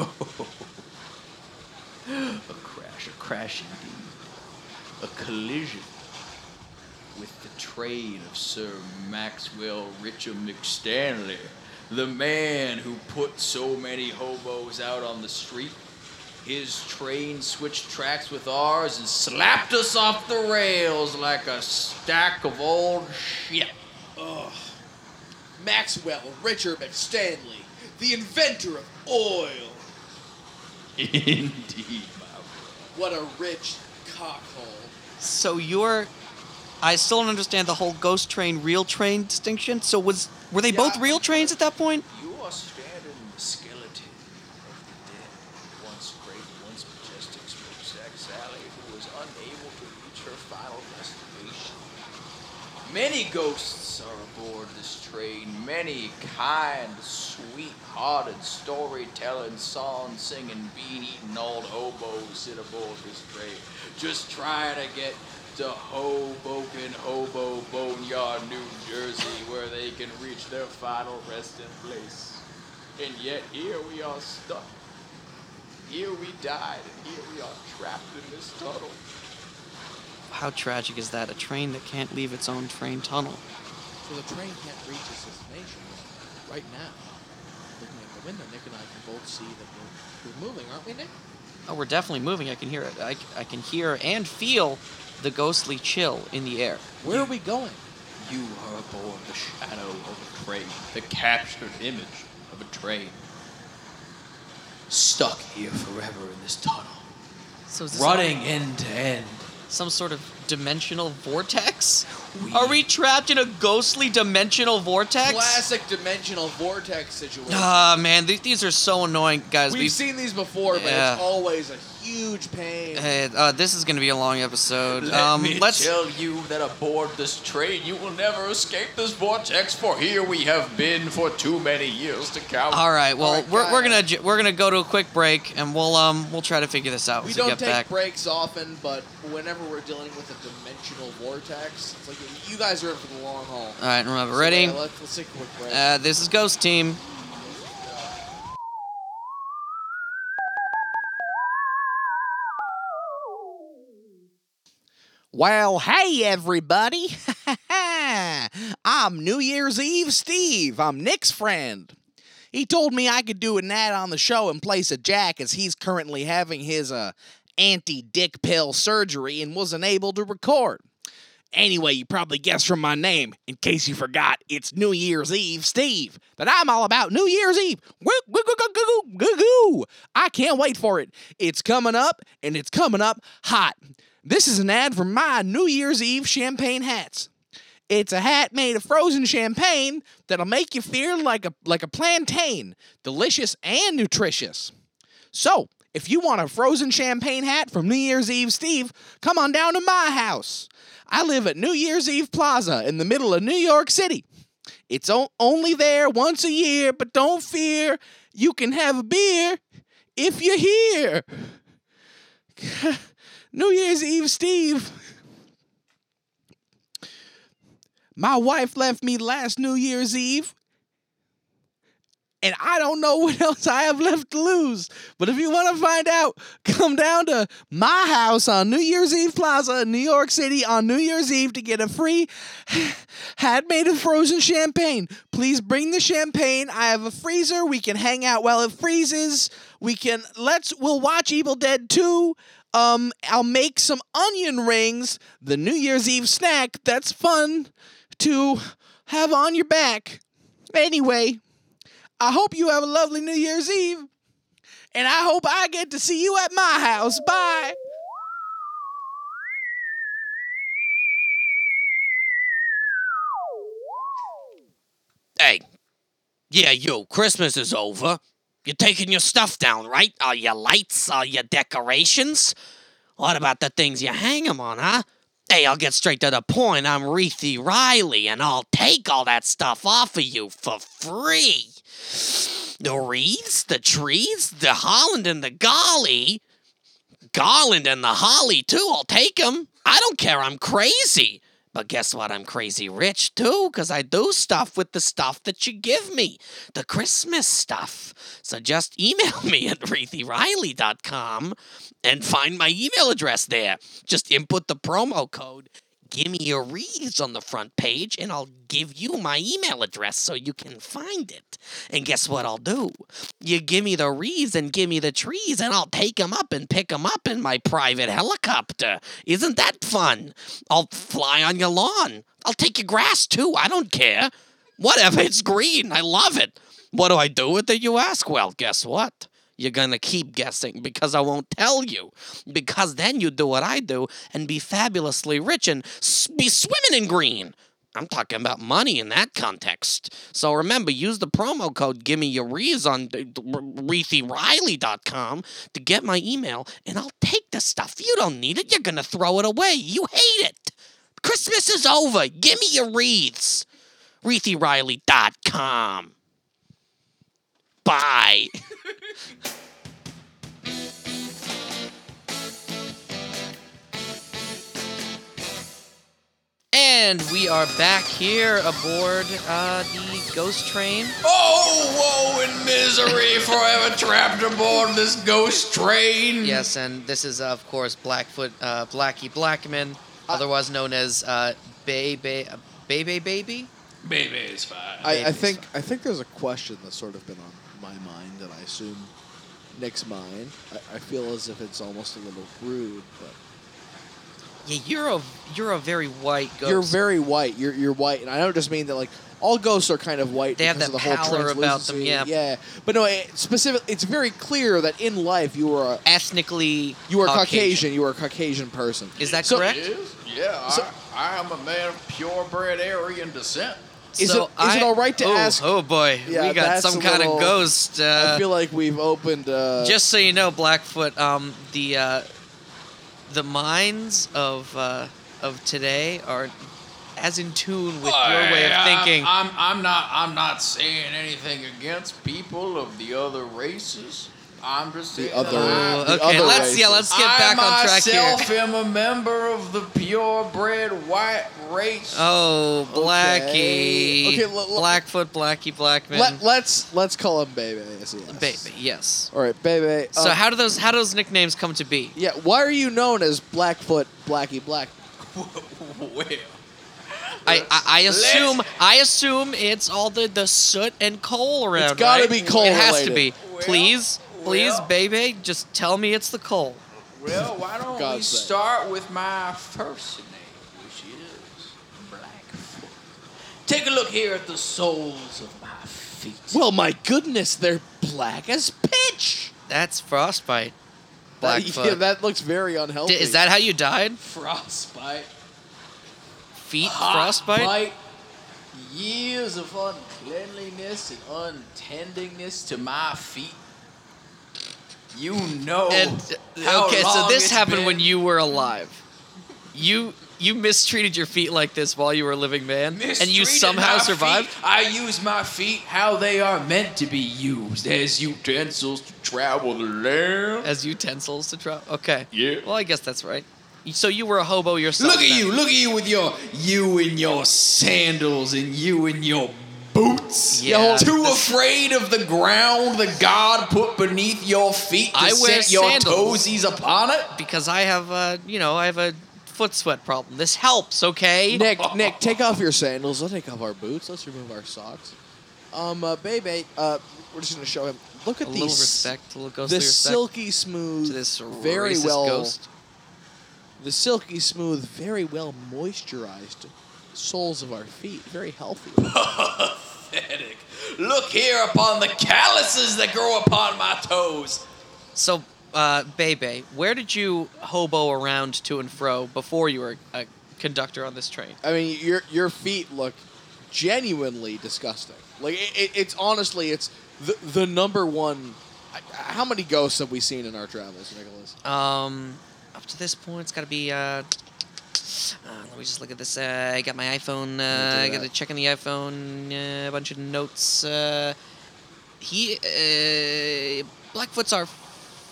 S1: of
S4: A crash, a crash indeed. A collision with the train of Sir Maxwell Richard McStanley, the man who put so many hobos out on the street. His train switched tracks with ours and slapped us off the rails like a stack of old shit. [laughs]
S1: 1911. Ugh. Maxwell Richard McStanley, the inventor of oil.
S4: Indeed, my
S1: What a rich cockhole.
S2: So you're I still don't understand the whole ghost train real train distinction. So was were they both
S1: Yeah.
S2: real trains at that point?
S4: You are standing in the skeleton of the dead, once great, once majestic smokestack Sally, who was unable to reach her final destination. Many ghosts are aboard this train, many kind, sweet-hearted, storytelling, song-singing, bean-eating old hobos sit aboard this train, just trying to get to Hoboken, Hobo Boneyard, New Jersey, where they can reach their final resting place. And yet here we are stuck. Here we died, and here we are trapped in this tunnel.
S2: How tragic is that? A train that can't leave its own train tunnel.
S1: So the train can't reach its destination yet. right now. Looking at the window, Nick and I can both see that we're, we're moving, aren't we, Nick?
S2: Oh, we're definitely moving. I can hear it. I, c- I can hear and feel the ghostly chill in the air.
S1: Where are we going?
S4: You are aboard the shadow of a train, the captured image of a train. Stuck here forever in this tunnel,
S2: So is this
S4: running end to end.
S2: some sort of dimensional vortex?
S4: We-
S2: Are we trapped in a ghostly dimensional vortex?
S1: Classic dimensional vortex situation.
S2: Ah, man, th- these are so annoying, guys.
S1: We've
S2: We've-
S1: seen these before, but
S2: Yeah.
S1: it's always a huge pain.
S2: Hey, uh, this is gonna be a long episode.
S4: Let
S2: um,
S4: me
S2: let's.
S4: tell you that aboard this train you will never escape this vortex, for here we have been for too many years to count.
S2: All right. Well,
S1: All right,
S2: we're, we're
S1: guys.
S2: gonna ju- we're gonna go to a quick break, and we'll um we'll try to figure this out
S1: we
S2: once
S1: don't
S2: get
S1: take
S2: back.
S1: breaks often, but whenever we're dealing with a dimensional vortex, it's like you guys are in for the long haul.
S2: All right, remember,
S1: So,
S2: ready?
S1: yeah, let's, let's take a quick break.
S2: Uh, this is Ghost Team.
S5: Well, hey everybody! [laughs] I'm New Year's Eve Steve. I'm Nick's friend. He told me I could do an ad on the show in place of Jack as he's currently having his uh, anti dick pill surgery and wasn't able to record. Anyway, you probably guessed from my name. In case you forgot, it's New Year's Eve, Steve. That I'm all about New Year's Eve. Woo, woo, goo, goo, goo, goo, goo, goo. I can't wait for it. It's coming up, and it's coming up hot. This is an ad for my New Year's Eve champagne hats. It's a hat made of frozen champagne that'll make you feel like a like a plantain, delicious and nutritious. So, if you want a frozen champagne hat from New Year's Eve Steve, come on down to my house. I live at New Year's Eve Plaza in the middle of New York City. It's o- only there once a year, but don't fear, you can have a beer if you're here. [laughs] New Year's Eve Steve. My wife left me last New Year's Eve and I don't know [laughs] what else I have left to lose. But if you want to find out, come down to my house on New Year's Eve Plaza in New York City on New Year's Eve to get a free [sighs] hat made of frozen champagne. Please bring the champagne. I have a freezer. We can hang out while it freezes. We can let's we'll watch Evil Dead 2. Um, I'll make some onion rings, the New Year's Eve snack that's fun to have on your back. Anyway, I hope you have a lovely New Year's Eve. And I hope I get to see you at my house. Bye.
S3: Hey, yeah, you. Christmas is over. You're taking your stuff down, right? All your lights, all your decorations. What about the things you hang 'em on, huh? Hey, I'll get straight to the point. I'm Reethy Riley, and I'll take all that stuff off of you for free. The wreaths, the trees, the Holland and the golly. Garland and the holly, too. I'll take 'em. I don't care. I'm crazy. But guess what? I'm crazy rich, too, 'cause I do stuff with the stuff that you give me the Christmas stuff. So just email me at wreathyriley.com and find my email address there. Just input the promo code. Give me your wreaths on the front page, and I'll give you my email address so you can find it. And guess what I'll do? You give me the wreaths and give me the trees, and I'll take 'em up and pick 'em up in my private helicopter. Isn't that fun? I'll fly on your lawn. I'll take your grass too. I don't care. Whatever, it's green. I love it. What do I do with it, you ask? Well, guess what? You're gonna keep guessing because I won't tell you. Because then you do what I do and be fabulously rich and s- be swimming in green. I'm talking about money in that context. So remember, use the promo code Gimme Your Rees on uh, ReethyRiley.com to get my email, and I'll take the stuff. You don't need it. You're gonna throw it away. You hate it. Christmas is over. Gimme your wreaths. ReethyRiley.com. Bye.
S2: And we are back here aboard uh, the ghost train.
S6: Oh, woe and misery forever trapped aboard this ghost train.
S2: Yes, and this is, of course, Blackfoot, uh, Blackie Blackman, otherwise known as uh, Bay Bay uh, Bay Bay Baby.
S6: Baby, it's fine.
S1: I, I
S2: Maybe
S1: think I think there's a question that's sort of been on my mind that I assume Nick's mind. I, I feel as if it's almost a little rude, but
S2: Yeah, you're a you're a very white ghost.
S1: you're very white. You're you're white, and I don't just mean that like all ghosts are kind of white.
S2: They have
S1: because
S2: that
S1: of the whole
S2: pallor about them,
S1: translucency.
S2: yeah.
S1: yeah. But no, it, specifically, it's very clear that in life you are a,
S2: ethnically
S1: you are Caucasian. You are a Caucasian person.
S2: Is that
S1: So-
S2: correct?
S4: Is? Yeah, I, I am a man of purebred Aryan descent.
S1: Is it- is it all right to
S2: oh,
S1: ask-
S2: Oh boy,
S1: Yeah,
S2: we got
S1: that's
S2: some
S1: a
S2: kind
S1: little-
S2: of ghost. Uh,
S1: I feel like we've opened. Uh,
S2: just so you know, Blackfoot, um, the uh, the minds of uh, of today are as in tune with your way of
S4: I-
S2: thinking.
S4: I'm, I'm not. I'm not saying anything against people of the other races. I'm just saying that
S1: other-
S4: I-
S2: Oh,
S1: the
S2: okay,
S1: other
S2: let's
S1: races.
S2: yeah, let's get back
S4: I
S2: on track
S4: myself
S2: here.
S4: am a member of the purebred white race.
S2: Oh, Blackie,
S1: Okay. Okay, l- l-
S2: Blackfoot, Blackie, Blackman,
S1: let, let's let's call him baby. Yes, yes.
S2: baby, yes.
S1: All right, baby.
S2: So
S1: Um,
S2: how do those how do those nicknames come to be?
S1: Yeah, why are you known as Blackfoot Blackie Black?
S4: [laughs] well,
S2: [laughs] I, I, I assume I assume it's all the, the soot and coal around.
S1: gotta
S2: right?
S1: be coal
S2: It has to
S1: related.
S2: be.
S4: Well,
S2: please, please,
S4: well.
S2: baby, just tell me it's the coal.
S4: well, why don't we
S1: God's sake.
S4: start with my first name, which is Take a look here at the soles of my feet.
S1: Well, my goodness, they're black as pitch.
S2: That's frostbite.
S1: [laughs]
S2: Blackfoot.
S1: Yeah, that looks very
S2: D-
S1: unhealthy.
S2: is that how you died?
S4: Frostbite.
S2: Feet
S4: hot
S2: frostbite?
S4: bite, Years of uncleanliness and untendingness to my feet. You know.
S2: And uh,
S4: Oh, how
S2: okay, so
S4: long
S2: this
S4: it's
S2: happened
S4: been.
S2: when you were alive. You you mistreated your feet like this while you were a living man, and you
S4: Mistreated
S2: somehow
S4: my
S2: survived.
S4: feet. I use my feet how they are meant to be used as utensils to travel the land.
S2: as utensils to drop. Okay.
S4: Yeah.
S2: Well, I guess that's right. So you were a hobo yourself.
S4: Look at
S2: then.
S4: you! Look at you with your you and your sandals and you and your boots.
S2: Yeah.
S4: Too
S2: This-
S4: afraid of the ground that God put beneath your feet to
S2: I wear
S4: set your
S2: sandals.
S4: toesies upon it. [laughs]
S2: Because I have a, you know, I have a foot sweat problem. This helps, okay?
S1: Nick, Nick, take off your sandals. I'll take off our boots. Let's remove our socks. Um, uh, Bebe, uh, we're just gonna show him. Look
S2: a
S1: at
S2: little
S1: these.
S2: respect, a little ghostly
S1: The
S2: respect
S1: silky
S2: to
S1: smooth,
S2: this
S1: very
S2: racist
S1: well,
S2: ghost.
S1: the silky smooth, very well moisturized soles of our feet. Very healthy.
S4: Pathetic. Look here upon the calluses that grow upon my toes.
S2: So, uh, Bebe, where did you hobo around to and fro before you were a conductor on this train?
S1: I mean, your your feet look genuinely disgusting. Like it, it, it's honestly, it's the the number one. I- How many ghosts have we seen in our travels, Nicholas?
S2: Um, up to this point, it's got to be. Uh, uh, let me just look at this. Uh, I got my iPhone. Uh, I got to
S1: that.
S2: check on the iPhone. Uh, a bunch of notes. Uh, he uh, Blackfoot's our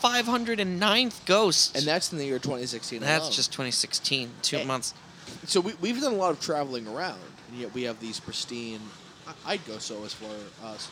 S2: 509th ghost,
S1: And that's in the year 2016.
S2: that's
S1: alone.
S2: just 2016, two
S1: Eh.
S2: months.
S1: so we, we've done a lot of traveling around, and yet we have these pristine. I- I'd go so as far as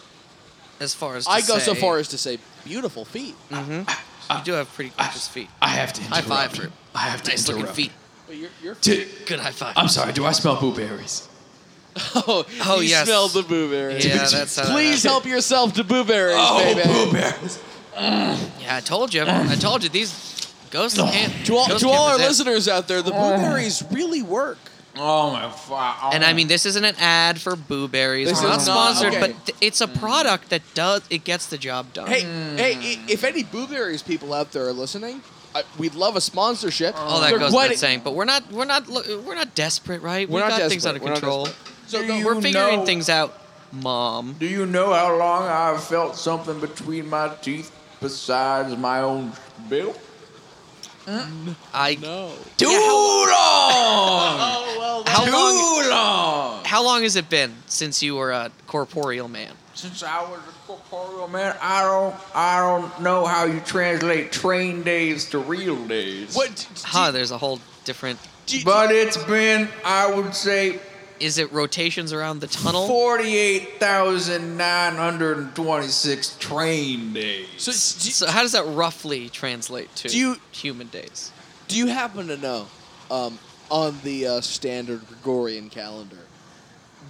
S2: As far as to
S1: I'd go so
S2: say,
S1: far as to say beautiful feet.
S2: Mhm. you do have pretty gorgeous feet.
S4: I have to
S2: High
S4: interrupt.
S2: five for
S4: you. I have to
S2: nice looking
S4: interrupt.
S2: feet.
S1: But your, your
S4: Do-
S2: Good high 5
S4: I'm sorry. Do I smell blueberries? [laughs]
S1: oh,
S2: [laughs] Oh,
S1: you
S2: yes.
S1: smelled the blueberries.
S2: Yeah, that's how that
S1: Please
S2: happened.
S1: help yourself to blueberries,
S4: Oh,
S1: baby.
S4: blueberries.
S2: Yeah, I told you. I told you these ghosts can't.
S1: To all,
S2: ghosts
S1: to all
S2: can't
S1: our
S2: resist.
S1: listeners out there, the blueberries really work.
S4: Oh my fuck.
S2: And I mean, this isn't an ad for Boo Berries.
S1: This
S2: We're not
S1: is not-
S2: sponsored,
S1: okay.
S2: but th- it's a product that does it gets the job done.
S1: Hey, hey, i- if any blueberries people out there are listening, I, we'd love a sponsorship.
S2: all Oh, that
S1: They're
S2: goes
S1: quite-
S2: without saying, but we're not we're not lo- we're not desperate, right?
S1: We're
S2: We've
S1: not
S2: got things
S1: desperate.
S2: under
S1: We're not
S2: control.
S1: So
S4: Do
S1: go-
S4: you
S2: We're figuring
S4: know-
S2: things out, mom.
S4: Do you know how long I've felt something between my teeth besides my own bill?
S2: I
S4: Too [laughs] long!
S2: how
S4: Too
S2: long
S4: long!
S2: how long has it been since you were a corporeal man?
S4: Since I was a corporeal man, I don't, I don't know how you translate train days to real days.
S1: What? d- d-
S2: Huh? There's a whole different.
S4: But it's been, I would say,
S2: Is it rotations around the tunnel?
S4: forty-eight thousand nine hundred and twenty-six train days.
S1: So, do,
S2: so how does that roughly translate to
S1: Do you-
S2: human days?
S1: do you happen to know, um, on the uh, standard Gregorian calendar,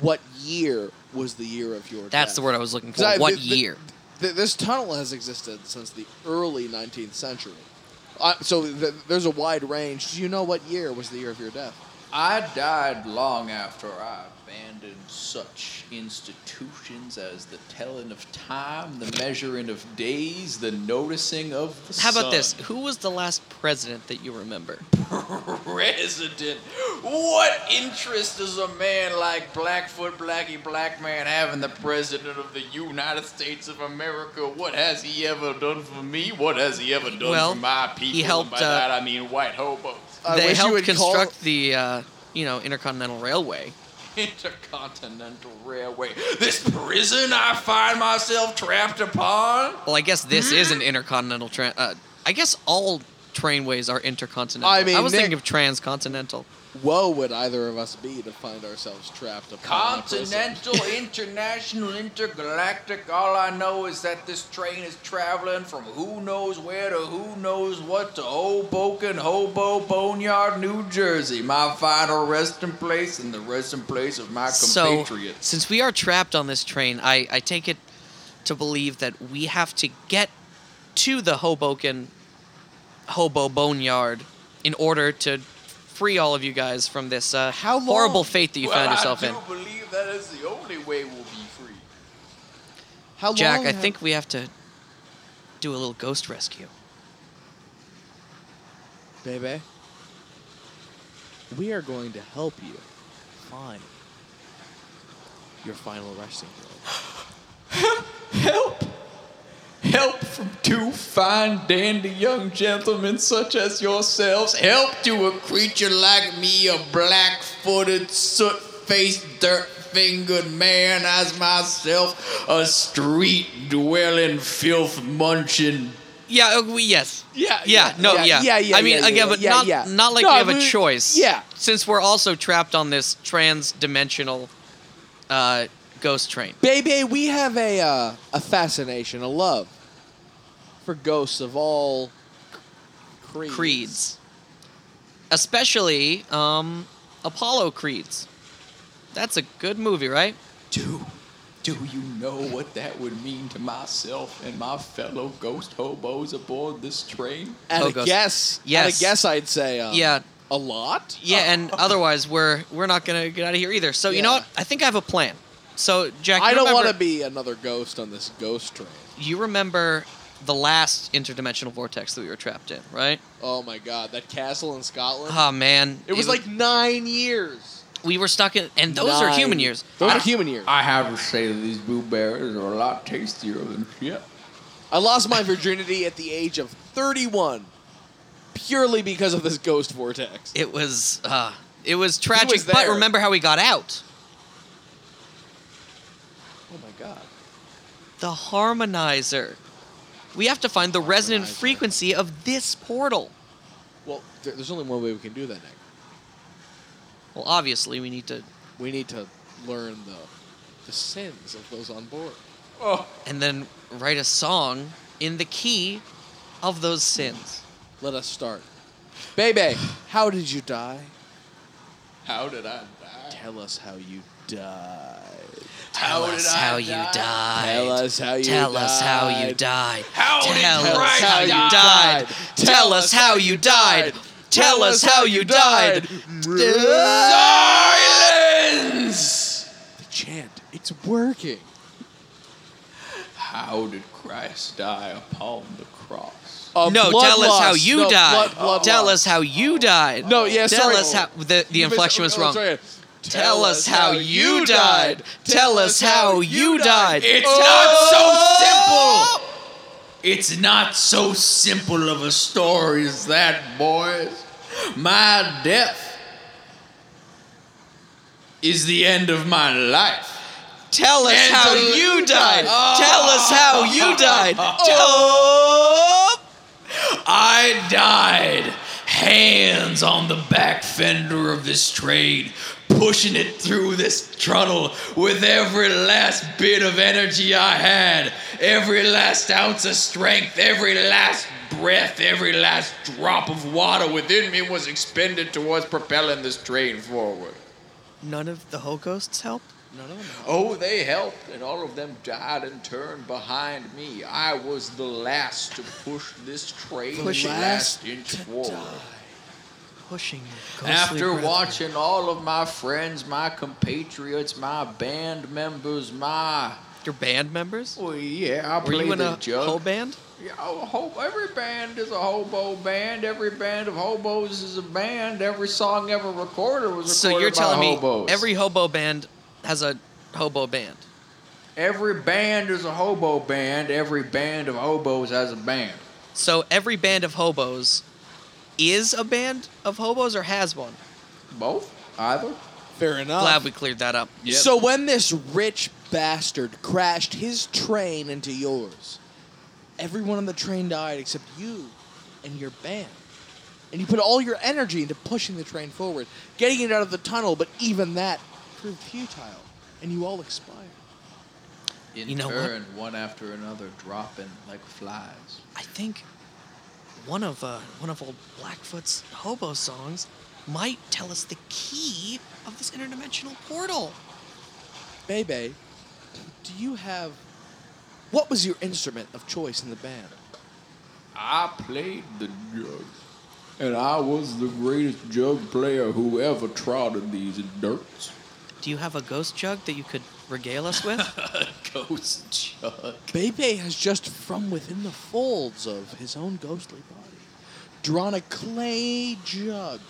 S1: what year was the year of your death?
S2: That's the word I was looking for.
S1: Th-
S2: what
S1: th- th-
S2: year?
S1: th- this tunnel has existed since the early 19th century. Uh, so th- there's a wide range. Do you know what year was the year of your death?
S4: I died long after I abandoned such institutions as the telling of time, the measuring of days, the noticing of the
S2: How about
S4: sun. [laughs]
S2: this? Who was the last president that you remember?
S4: President. What interest does a man like Blackfoot Blackie Black Man have in the President of the United States of America? What has he ever done for me? What has he ever done
S2: Well,
S4: for my people?
S2: he helped,
S4: and by
S2: uh,
S4: that I mean white hobos.
S1: I
S2: they
S1: wish you
S2: helped
S1: would call-
S2: construct the, uh, you know, Intercontinental Railway.
S4: Intercontinental Railway. This prison I find myself trapped upon?
S2: Well, I guess this is
S1: Mm-hmm.
S2: an intercontinental train. Uh, I guess all trainways are intercontinental.
S1: I mean,
S2: I was thinking
S1: Nick-
S2: of transcontinental.
S1: Woe would either of us be to find ourselves trapped upon a prison.
S4: Continental,
S2: [laughs]
S4: international, intergalactic. All I know is that this train is traveling from who knows where to who knows what to Hoboken, Hobo, Boneyard, New Jersey. My final resting place and the resting place of my
S2: So,
S4: compatriots.
S2: since we are trapped on this train, I, I take it to believe that we have to get to the Hoboken Hobo Boneyard in order to free all of you guys from this uh,
S1: How
S2: horrible
S1: long-
S2: fate that you
S4: well,
S2: found yourself
S4: I
S2: in.
S4: do believe that is The only way we'll be free.
S1: How
S2: Jack,
S1: long
S2: I
S1: have-
S2: think we have to do a little ghost rescue.
S1: baby, we are going to help you find your final resting place.
S4: Help! Help from two fine, dandy young gentlemen such as yourselves. Help to a creature like me, a black footed, soot faced, dirt fingered man as myself, a street dwelling, filth munching.
S2: Yeah, uh, we, yes.
S1: Yeah,
S2: Yeah, no, yeah.
S1: yeah, yeah, yeah,
S2: I mean,
S1: yeah,
S2: again,
S1: yeah,
S2: but
S1: yeah,
S2: not,
S1: yeah.
S2: not like
S1: No,
S2: we have
S1: but-
S2: a choice.
S1: yeah.
S2: Since we're also trapped on this trans dimensional uh, ghost train.
S1: Baby, we have a uh, a fascination, a love for ghosts of all creeds.
S2: Creeds. Especially um, Apollo Creeds. That's a good movie, right?
S4: Do, do you know what that would mean to myself and my fellow ghost hobos aboard this train?
S1: At
S2: Oh,
S1: a
S2: ghosts.
S1: guess, at
S2: Yes.
S1: a guess, I'd say uh,
S2: yeah.
S1: a lot.
S2: Yeah, and otherwise we're we're not gonna get out of here either. So you know
S1: Oh. Yeah.
S2: what? I think I have a plan. So Jack, you
S1: I don't
S2: remember-
S1: want to be another ghost on this ghost train.
S2: You remember the last interdimensional vortex that we were trapped in, right?
S1: Oh my god, that castle in Scotland.
S2: Oh man,
S1: Uh-huh. it was like nine years.
S2: we were stuck in, and those are
S1: Nine.
S2: human years.
S1: Those are human years.
S4: I have to say that these blueberries are a lot tastier than shit.
S1: I lost my virginity at the age of 31 purely because of this ghost vortex.
S2: It was uh, it was tragic.
S1: was
S2: but
S1: there.
S2: remember how we got out?
S1: Oh my god.
S2: The harmonizer. We have to find the resonant
S1: Harmonizer.
S2: frequency of this portal.
S1: Well, there, there's only one way we can do that, Nick.
S2: Well, obviously we need to,
S1: We need to learn the the sins of those on board.
S2: and then write a song in the key of those sins.
S1: Let us start. Bebe, how did you die?
S4: How did I die?
S1: Tell us how you died.
S2: Tell
S4: How
S2: us
S4: did I
S2: how you
S4: die?
S2: died.
S1: Tell us how you
S2: Tell
S1: died.
S2: us how you died.
S4: How did
S2: Tell us
S4: Christ
S2: how you
S4: die?
S2: died. Tell us how you died. Tell us how you died.
S4: Silence!
S1: The chant, it's working.
S4: How did Christ die upon the cross?
S1: A
S2: No,
S1: blood
S2: tell us how
S1: loss.
S2: you
S1: No,
S2: died.
S1: blood- blood
S2: tell
S1: loss.
S2: us how you died.
S1: No, yeah,
S2: Tell
S1: sorry.
S2: us how the, the
S1: You mis-
S2: inflection was
S1: oh,
S2: wrong.
S1: sorry.
S2: Tell us how you died. Tell us how you died. Oh,
S4: It's not so simple! It's not so simple of a story as that, boys. My death is the end of my life.
S2: Tell us
S4: And
S2: how
S4: to-
S2: you died.
S4: Oh.
S2: Tell us how you died.
S4: Oh, I died, hands on the back fender of this train, pushing it through this tunnel with every last bit of energy I had, every last ounce of strength, every last breath, every last drop of water within me was expended towards propelling this train forward.
S2: None of the whole ghosts helped.
S4: Oh, they helped, and all of them died and turned behind me. I was the last to push this train
S2: Push it.
S4: last inch forward.
S2: Pushing. ghostly
S4: After
S2: breath.
S4: watching all of my friends, my compatriots, my band members, my
S2: your band members.
S4: well, yeah, I
S2: Were
S4: played
S2: you in
S4: the
S2: a
S4: jug.
S2: whole band?
S4: Yeah, a ho- every band is a hobo band. Every band of hobos is a band. Every song ever recorded was recorded
S2: So you're
S4: by
S2: telling me
S4: hobos.
S2: every hobo band has a hobo band.
S4: every band is a hobo band. Every band of hobos has a band.
S2: So every band of hobos is a band of hobos or has one.
S4: Both? Either?
S1: Fair enough.
S2: Glad we cleared that up.
S1: So when this rich bastard crashed his train into yours, everyone on the train died except you and your band. And you put all your energy into pushing the train forward, getting it out of the tunnel, but even that proved futile, and you all expired.
S4: In
S2: You know what?
S4: turn, one after another, dropping like flies.
S2: I think one of uh, one of old Blackfoot's hobo songs might tell us the key of this interdimensional portal.
S1: Bebe, do you have. What was your instrument of choice in the band?
S4: I played the jug, and I was the greatest jug player who ever trod in these dirts.
S2: Do you have a ghost jug that you could regale us [laughs] with?
S4: Ghost jug.
S1: Bebe has just, from within the folds of his own ghostly body, drawn a clay jug,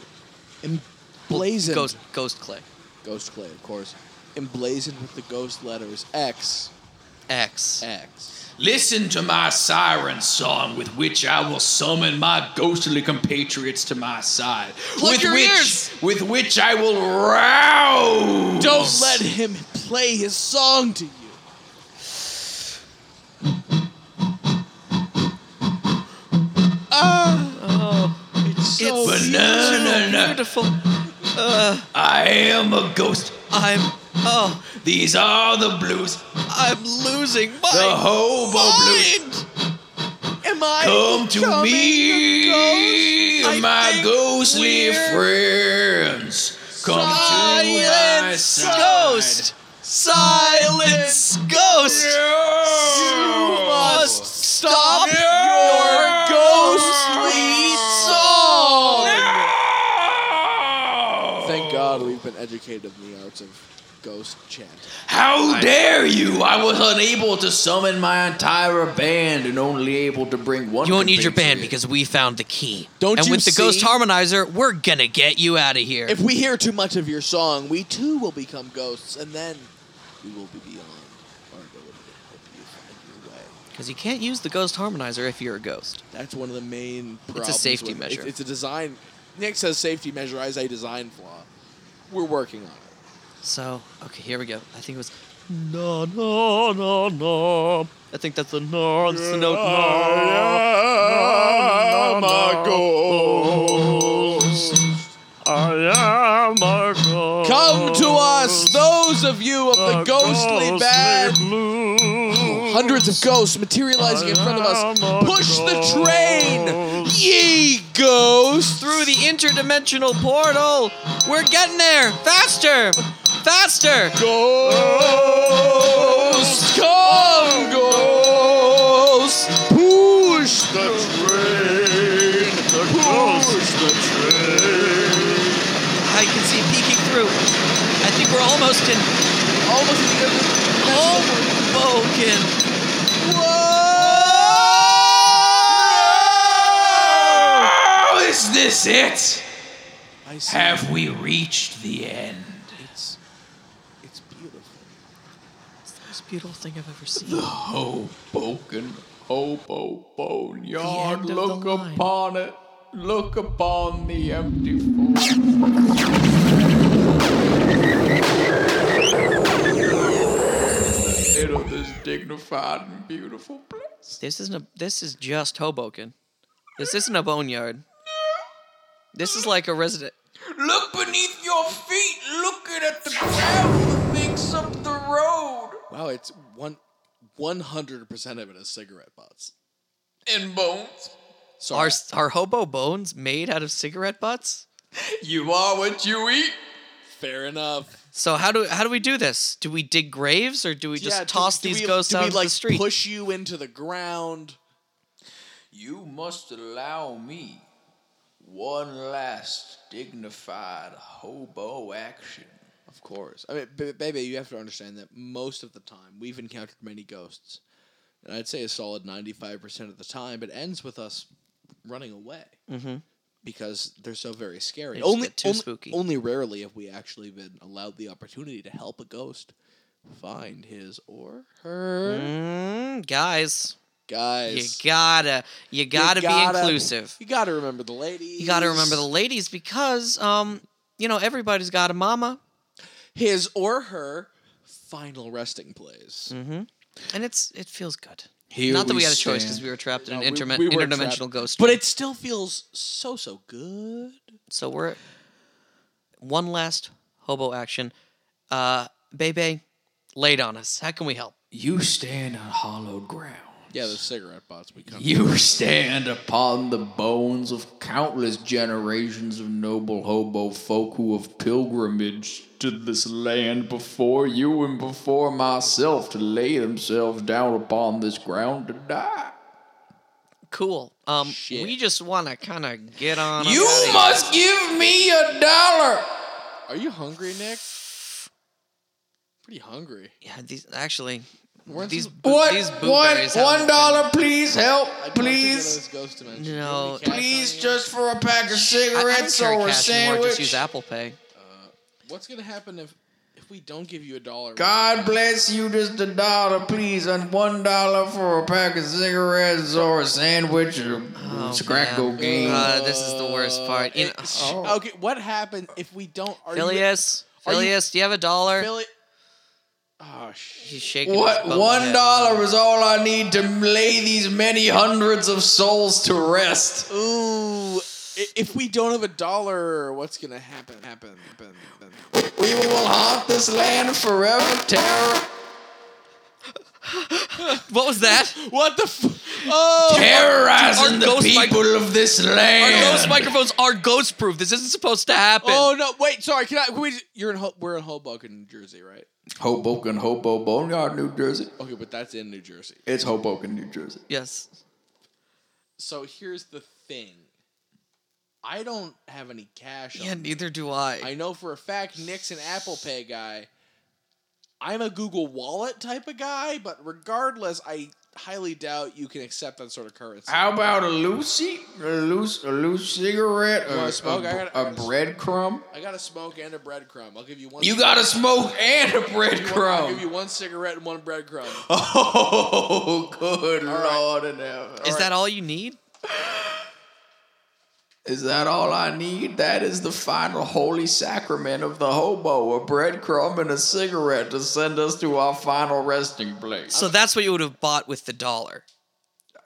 S1: emblazoned
S2: ghost, ghost clay.
S1: ghost clay, of course, emblazoned with the ghost letters X
S2: X.
S1: X.
S4: Listen to my siren song with which I will summon my ghostly compatriots to my side. with
S2: your
S4: which
S2: ears!
S4: with which I will rouse
S1: Don't let him play his song to you. Ah, it's so
S4: banana.
S2: Beautiful.
S4: Uh, I am a ghost.
S2: [laughs] I'm. Oh,
S4: These are the blues.
S2: I'm losing
S4: The
S2: my
S4: hobo blues.
S2: mind. Am I?
S4: Come to
S2: becoming
S4: me,
S2: I
S4: my
S2: think
S4: ghostly
S2: we're
S4: friends. Come to my
S2: Silence
S4: side.
S2: ghost. Silence ghost. You must stop your ghostly song.
S1: Thank God we've been educated in the arts of ghost chant.
S4: How dare you! I was unable to summon my entire band and only able to bring one.
S7: You won't need your band
S4: compatriot.
S7: because we found the key.
S1: Don't
S2: and
S1: you
S2: with the
S1: see?
S2: ghost harmonizer, we're gonna get you out of here.
S1: If we hear too much of your song, we too will become ghosts, and then we will be beyond our ability to help you find your way.
S2: Because you can't use the ghost harmonizer if you're a ghost.
S1: That's one of the main problems.
S2: safety
S1: with-
S2: measure.
S1: It's, it's a design. Nick says safety measure. I say design flaw. We're working on it.
S2: So, okay, here we go. I think it was. No, no, no, no. I think that's the no. That's the note. No.
S1: I'm a ghost.
S2: I am a ghost.
S1: Come to us, those of you of the ghostly band. Hundreds of ghosts materializing in front of us. Push the train, ye ghosts.
S2: Through the interdimensional portal. We're getting there. Faster. Faster.
S1: Ghosts, come, ghosts. Push the train, push the train.
S2: I can see it peeking through. I think we're almost in.
S1: Almost at the end of the-
S2: Hoboken.
S4: Oh, is this it?
S1: I see.
S4: Have we reached the end?
S1: It's, it's beautiful.
S2: It's the most beautiful thing I've ever seen.
S4: Hoboken, hobo
S2: The
S4: boneyard,
S2: end of
S4: look
S2: the line.
S4: upon it, look upon the empty floor. Middle of this dignified and beautiful place.
S2: This isn't a. This is just Hoboken. This isn't a boneyard. This is like a resident.
S4: Look beneath your feet, looking at the ground that makes up the road.
S1: Wow, it's one, one hundred percent of it is cigarette butts.
S4: And bones,
S1: Sorry,
S2: Are are hobo bones made out of cigarette butts?
S4: you are what you eat.
S1: fair enough.
S2: So how do how do we do this? Do we dig graves or do we just
S1: Yeah, do-
S2: toss
S1: do
S2: these
S1: we-
S2: ghosts
S1: do
S2: out
S1: we,
S2: into
S1: like,
S2: the street?
S1: Push you into the ground.
S4: You must allow me one last dignified hobo action.
S1: Of course. I mean, b- baby, you have to understand that most of the time we've encountered many ghosts, and I'd say a solid ninety-five percent of the time it ends with us running away
S2: Mhm.
S1: because they're so very scary.
S2: They just
S1: only
S2: get too
S1: only-
S2: spooky.
S1: Only rarely have we actually been allowed the opportunity to help a ghost find his or her.
S2: Mm, guys,
S1: Guys,
S2: you gotta you gotta,
S1: gotta-
S2: be inclusive.
S1: you gotta remember the lady.
S2: You gotta remember the ladies because um you know everybody's got a mama
S1: his or her final resting place.
S2: Mm-hmm. and it's it feels good.
S1: Here
S2: Not that we,
S1: we
S2: had a choice because
S1: stand.
S2: we were trapped in
S1: No,
S2: an
S1: we-
S2: interme-
S1: we were
S2: interdimensional
S1: trapped.
S2: ghost.
S1: But it still feels so so good.
S2: So we're one last hobo action. Uh Bebe, laid on us. How can we help?
S4: You stand on hallowed ground.
S1: Yeah, the cigarette butts we come.
S4: You stand upon the bones of countless generations of noble hobo folk who have pilgrimaged to this land before you and before myself to lay themselves down upon this ground to die.
S2: Cool. Um we just wanna kinda get on up
S4: You
S2: outta here.
S4: must give me a dollar.
S1: Are you hungry, Nick? Pretty hungry.
S2: Yeah, these actually
S1: Weren't
S2: these
S1: you-
S2: bo-
S4: What?
S2: these
S4: One,
S2: blueberries have-
S4: one dollar, please help,
S1: I don't think
S4: please.
S1: one of those ghost dimensions.
S2: No,
S1: Nobody cash
S4: Please,
S1: on you?
S4: just for a pack of
S2: I- I don't
S4: cigarettes
S2: carry
S4: or a
S2: cash anymore, Just
S4: sandwich.
S2: use Apple Pay.
S1: What's gonna happen if if we don't give you a dollar?
S4: God bless you, just a dollar, please, and one dollar for a pack of cigarettes or a sandwich or
S2: Oh,
S4: crack
S2: man.
S4: cocaine.
S2: Uh, this is the worst part. You know,
S4: Oh.
S1: Okay, what happens if we don't? Are you,
S2: Phileas,
S1: are you-
S2: Phileas, do you have a dollar?
S1: Philly. Oh shit.
S2: He's shaking.
S4: What
S2: his bum
S4: one
S2: head.
S4: dollar is all I need to lay these many hundreds of souls to rest.
S1: Ooh. i- If we don't have a dollar, what's gonna happen? Happen. Happen. happen.
S4: We will haunt this land forever, terror,
S2: Oh, What was that?
S1: What the? F- oh.
S4: terrorizing
S2: Our
S4: the
S2: ghost mic-
S4: people of this
S2: Our ghost
S4: land.
S2: microphones are ghost proof. This isn't supposed to happen.
S1: Oh no! Wait, sorry. Can I? Can we, just- you're in. Ho- we're in Hoboken, New Jersey, right?
S4: Hoboken, Hobo Boneyard, New Jersey.
S1: Okay, but that's in New Jersey.
S4: It's Hoboken, New Jersey.
S2: Yes.
S1: So here's the thing. I don't have any cash.
S2: Yeah,
S1: on me.
S2: neither do I.
S1: I know for a fact Nick's an Apple Pay guy. I'm a Google Wallet type of guy, but regardless, I highly doubt you can accept that sort of currency.
S4: How about a Lucy? A loose, a loose cigarette?
S1: You
S4: A,
S1: wanna smoke?
S4: a,
S1: I
S4: a,
S1: got- I got a-
S4: breadcrumb?
S1: I got a smoke and a breadcrumb. I'll give you one.
S4: You got a
S1: cigarette.
S4: smoke and a
S1: You want- I'll give
S4: breadcrumb.
S1: you one cigarette and one breadcrumb.
S4: [laughs] Oh, good
S1: right.
S4: lord in heaven.
S2: Is that all you need?
S4: Is that all I need? That is the final holy sacrament of the hobo, a breadcrumb and a cigarette to send us to our final resting place.
S2: So that's what you would have bought with the dollar.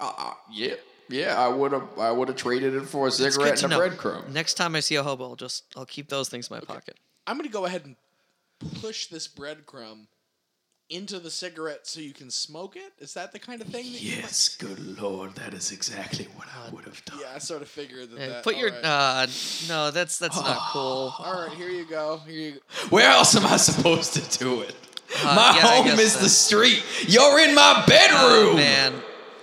S4: Uh, yeah, yeah, I would have, I would have traded it for a
S2: It's good
S4: cigarette
S2: to
S4: and a
S2: know.
S4: breadcrumb.
S2: Next time I see a hobo, I'll just I'll keep those things in my pocket.
S1: I'm gonna go ahead and push this breadcrumb into the cigarette so you can smoke it. Is that the kind of thing? That you
S4: Yes, good lord, that is exactly what I would have done.
S1: Yeah, I sort of figured that.
S2: Uh,
S1: that
S2: Put your
S1: alright.
S2: uh, no, that's
S1: [sighs]
S2: that's not cool.
S1: All right, here you go. Here you go.
S4: Where else am I supposed to do it?
S2: Uh,
S4: my
S2: yeah, I
S4: home
S2: guess
S4: is the
S2: that's-
S4: street. You're in my bedroom.
S2: Oh, man,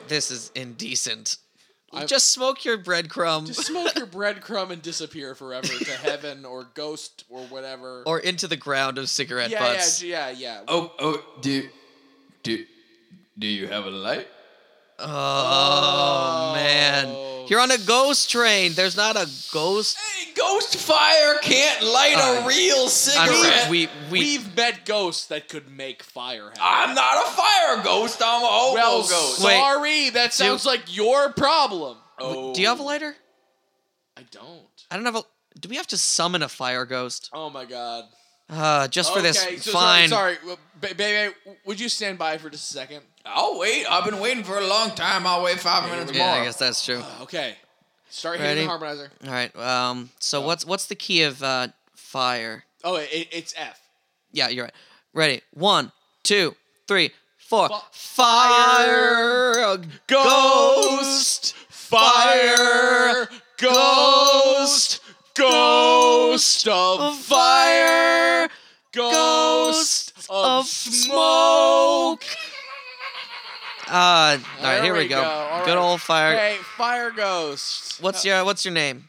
S2: this is indecent. just smoke your breadcrumb
S1: Just smoke your breadcrumb and disappear forever to heaven or ghost or whatever.
S2: [laughs] or into the ground of cigarette
S1: yeah,
S2: butts.
S1: yeah, yeah, yeah.
S4: Oh, oh, do, do, do you have a light?
S2: Oh, man, you're on a ghost train. There's not a ghost.
S4: Ghost fire can't light
S2: Uh,
S4: a real
S2: I'm sorry,
S4: cigarette.
S2: we we.
S1: We've met ghosts that could make fire happen.
S4: I'm not a fire ghost. I'm a hobo
S1: well,
S4: ghost.
S2: Wait.
S1: sorry, that sounds like your problem. Oh,
S2: do you have a lighter?
S1: I don't.
S2: I don't have a. Do we have to summon a fire ghost?
S1: Oh my god.
S2: Uh, just for this.
S1: Okay, so
S2: Fine.
S1: Sorry, sorry. Ba- baby, would you stand by for just a second?
S4: I'll wait. I've been waiting for a long time. I'll wait five minutes
S2: Yeah,
S4: more.
S2: I guess that's true.
S1: Okay. Start
S2: Ready?
S1: hitting the harmonizer.
S2: All right. Um. So what's what's the key of uh fire?
S1: Oh, it, it's F.
S2: Yeah, you're right. Ready. One, two, three, four.
S1: Fi-
S2: fire. a Ghost.
S1: Fire, ghost, ghost
S2: Of
S1: of
S2: fire.
S1: fire,
S2: Ghost
S1: ghost
S2: of
S1: of [laughs]
S2: smoke.
S1: smoke.
S2: Uh. All right.
S1: There
S2: Here we,
S1: we
S2: go.
S1: go, all
S2: Good
S1: right.
S2: old fire.
S1: Hey, Uh, fire ghost.
S2: What's your What's your name?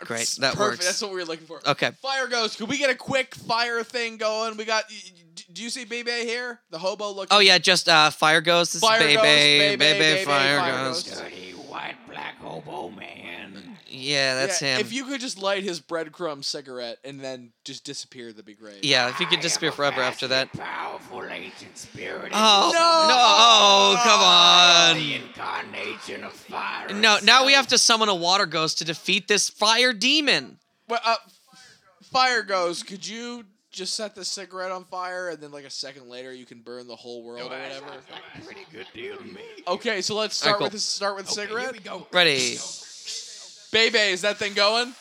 S2: Great. That
S1: Perfect.
S2: works.
S1: That's what we were looking for.
S2: Okay.
S1: Fire ghost. Could we get a quick fire thing going? We got. y- y- Do you see Bebe here? The hobo looking.
S2: Oh yeah, just uh, fire ghost. This
S1: Fire
S2: is
S1: ghost,
S2: baby,
S1: baby,
S2: baby,
S1: baby,
S2: fire,
S1: fire
S2: ghost.
S1: ghost.
S8: Dirty white black hobo man.
S2: Yeah, that's
S1: Yeah,
S2: him.
S1: If you could just light his breadcrumb cigarette and then just disappear, that'd be great.
S2: yeah, if you could disappear forever after that.
S8: Powerful ancient spirit.
S2: Oh no! Oh, come
S8: The incarnation of fire.
S2: on! No, now we have to summon a water ghost to defeat this fire demon.
S1: Well, uh, fire ghost. Could you just set the cigarette on fire and then like a second later you can burn the whole world or whatever?
S8: Pretty good deal to me.
S1: Okay, so let's start
S2: Alright,
S1: with
S2: cool.
S1: this. Start with cigarette.
S2: Ready?
S1: Bebe, is that thing going?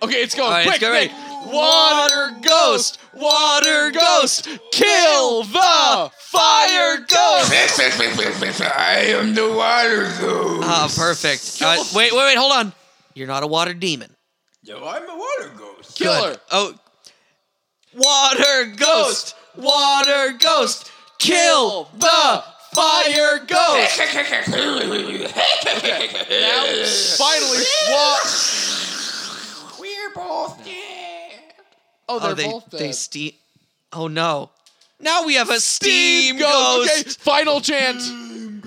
S1: Okay, it's going.
S2: All right,
S1: quick,
S2: let's get ready.
S1: Nick.
S2: Water ghost, water ghost, kill the fire ghost.
S4: [laughs] I am the water ghost.
S2: Oh, perfect. Uh, wait, wait, wait, hold on. You're not a water demon.
S4: Yo, I'm a water ghost. [laughs]
S1: Killer.
S2: Good. Oh. Water ghost! Water ghost! Kill the fire ghost!
S1: Now, finally, wa- Oh,
S8: We're both dead.
S1: Oh, they're
S2: they
S1: both
S2: they
S1: dead.
S2: steam. Oh no! Now we have a steam, ghost.
S1: Okay, final chant.
S2: Steam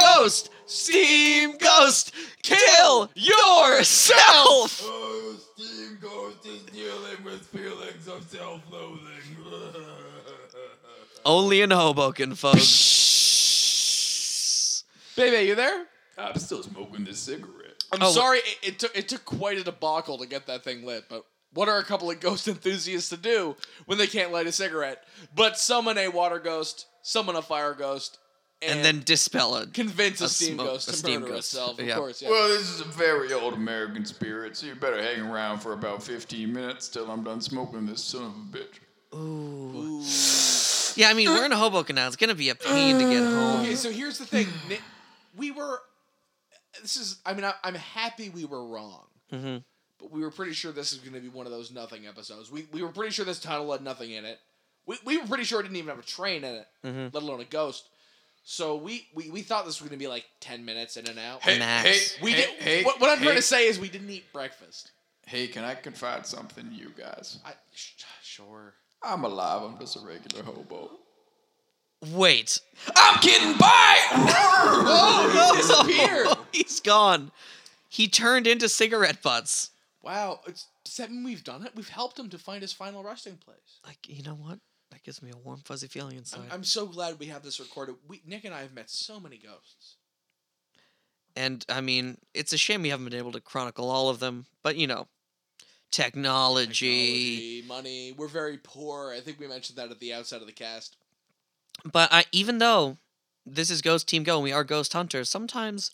S2: ghost. Steam ghost. Kill yourself.
S4: Oh, Steam Ghost is dealing with feelings of self-loathing. [laughs]
S2: Only in Hoboken, folks.
S1: Baby, you there?
S4: I'm still smoking this cigarette.
S1: I'm
S2: Oh.
S1: sorry, it, it took it took quite a debacle to get that thing lit, but what are a couple of ghost [laughs] enthusiasts to do when they can't light a cigarette? But summon a water ghost, summon a fire ghost, and,
S2: and then dispel it.
S1: convince a,
S2: a
S1: steam
S2: smoke-
S1: ghost
S2: a
S1: to
S2: steam
S1: murder
S2: ghost.
S1: itself. Of
S2: Yeah.
S1: course, yeah.
S4: Well, this is a very old American spirit, so you better hang around for about 15 minutes till I'm done smoking this son of a bitch.
S2: Yeah, I mean we're in Hoboken now. It's gonna be a pain to get home.
S1: Okay, so here's the thing. Ni- We were. This is. I mean, I, I'm happy we were wrong. But we were pretty sure this is going to be one of those nothing episodes. We, we were pretty sure this title had nothing in it. We, we were pretty sure it didn't even have a train in it, let alone a ghost. So we, we, we thought this was going to be like 10 minutes in and out.
S4: Hey,
S2: Max.
S4: hey,
S1: we
S4: hey,
S1: did,
S4: hey,
S1: what, what I'm
S4: hey,
S1: trying to say is we didn't eat breakfast.
S4: Hey, can I confide something to you guys?
S1: I, sh- sure.
S4: I'm alive. I'm just a regular hobo.
S1: Uh,
S2: Wait.
S4: I'm kidding. [laughs] Bye.
S2: [laughs] Oh, he disappeared. He's gone. He turned into cigarette butts.
S1: Wow. It's, does that mean we've done it? We've helped him to find his final resting place.
S2: Like you know what? That gives me a warm fuzzy feeling inside.
S1: I'm, I'm so glad we have this recorded. We, Nick and I have met so many ghosts.
S2: And I mean, it's a shame we haven't been able to chronicle all of them, but you know, technology.
S1: Technology, money. We're very poor. I think we mentioned that at the outset of the cast.
S2: But I, even though this is Ghost Team Go and we are ghost hunters, sometimes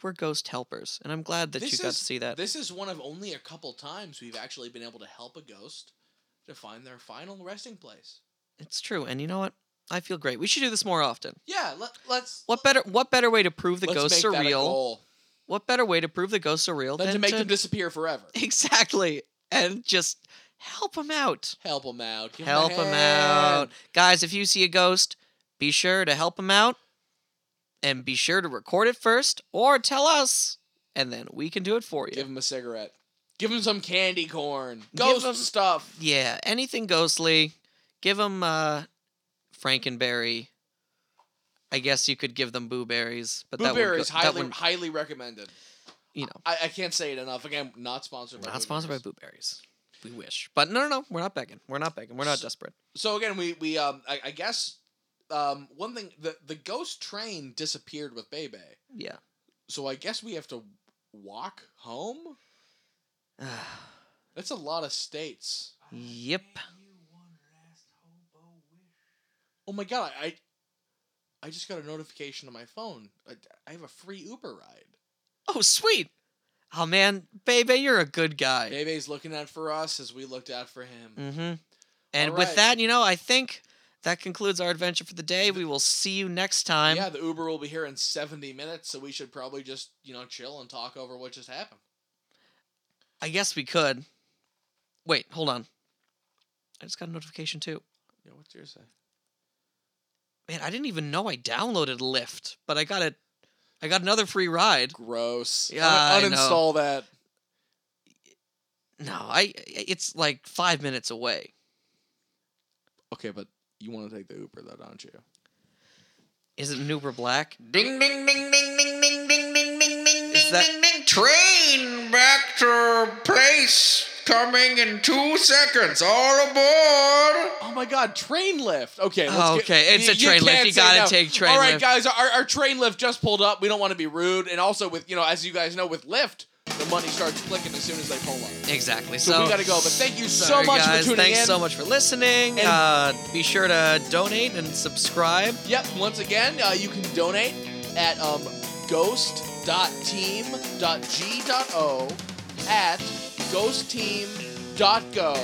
S2: we're ghost helpers. And I'm glad that
S1: This
S2: you got to
S1: is-
S2: see that.
S1: This is one of only a couple times we've actually been able to help a ghost to find their final resting place.
S2: It's true. And you know what? I feel great. We should do this more often.
S1: Yeah, let, let's.
S2: What better what better way to prove the
S1: let's
S2: ghosts
S1: make
S2: are
S1: that a
S2: real?
S1: goal
S2: What better way to prove the ghosts are real
S1: than to make
S2: [laughs]
S1: them disappear forever.
S2: Exactly. And just help them out.
S1: Help them out. Give 'em a
S2: help them out. Guys, if you see a ghost, be sure to help them out and be sure to record it first or tell us and then we can do it for you.
S1: Give them a cigarette. Give them some candy corn.
S2: Give 'em-
S1: Ghost stuff.
S2: yeah, anything ghostly, give them uh Frankenberry. I guess you could give them blueberries, but that would
S1: Blueberry
S2: go-
S1: is
S2: that
S1: highly
S2: would,
S1: highly recommended.
S2: you know,
S1: I, I can't say it enough. Again, not sponsored. by
S2: not sponsored by
S1: Blueberries.
S2: blueberries. We wish. But no, no, no, we're not begging. We're not begging. We're not desperate.
S1: So again, we we um I, I guess um one thing the the ghost train disappeared with Bebe.
S2: Yeah.
S1: So I guess we have to walk home.
S2: [sighs]
S1: That's a lot of states.
S2: yep.
S1: Oh my god! I I, I just got a notification on my phone. I, I have a free Uber ride.
S2: Oh, sweet. Oh man, baby, you're a good guy.
S1: Bebe's looking out for us as we looked out for him.
S2: Mm-hmm. And
S1: All
S2: with
S1: right.
S2: that, you know, I think that concludes our adventure for the day. We will see you next time.
S1: yeah, the Uber will be here in seventy minutes, so we should probably just you know chill and talk over what just happened.
S2: I guess we could. Wait, hold on. I just got a notification too.
S1: Yeah, what's yours say?
S2: Man, I didn't even know I downloaded Lyft, but I got it. I got another free ride.
S1: Gross.
S2: Yeah,
S1: Un-
S2: I know.
S1: uninstall that.
S2: No, I. It's like five minutes away.
S1: Okay, but you want to take the Uber though, don't you?
S2: Is it an Uber Black?
S9: Ding ding ding ding ding ding ding ding ding ding
S2: Is that-
S9: ding ding train back to place coming in two seconds. All aboard!
S1: Oh my God, train lift. Okay, let's
S2: Oh,
S1: get-
S2: okay, it's a train lift.
S1: can't
S2: You
S1: say
S2: gotta take train
S1: All right,
S2: lift.
S1: guys, our, our train lift just pulled up. We don't want to be rude, and also with you know, as you guys know, with Lyft, the money starts clicking as soon as they pull up.
S2: Exactly.
S1: So,
S2: So,
S1: we gotta go. But thank you so
S2: Sorry,
S1: much
S2: guys.
S1: for tuning
S2: Thanks
S1: in.
S2: so much for listening.
S1: And-
S2: uh, be sure to donate and subscribe.
S1: Yep. Once again, uh, you can donate at um, ghost.team.g.o at E ghostteam.go.es.edu.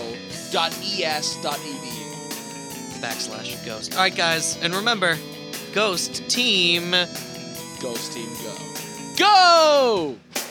S2: backslash ghost. All right, guys, and remember, ghost team.
S1: Ghost Team Go. Go!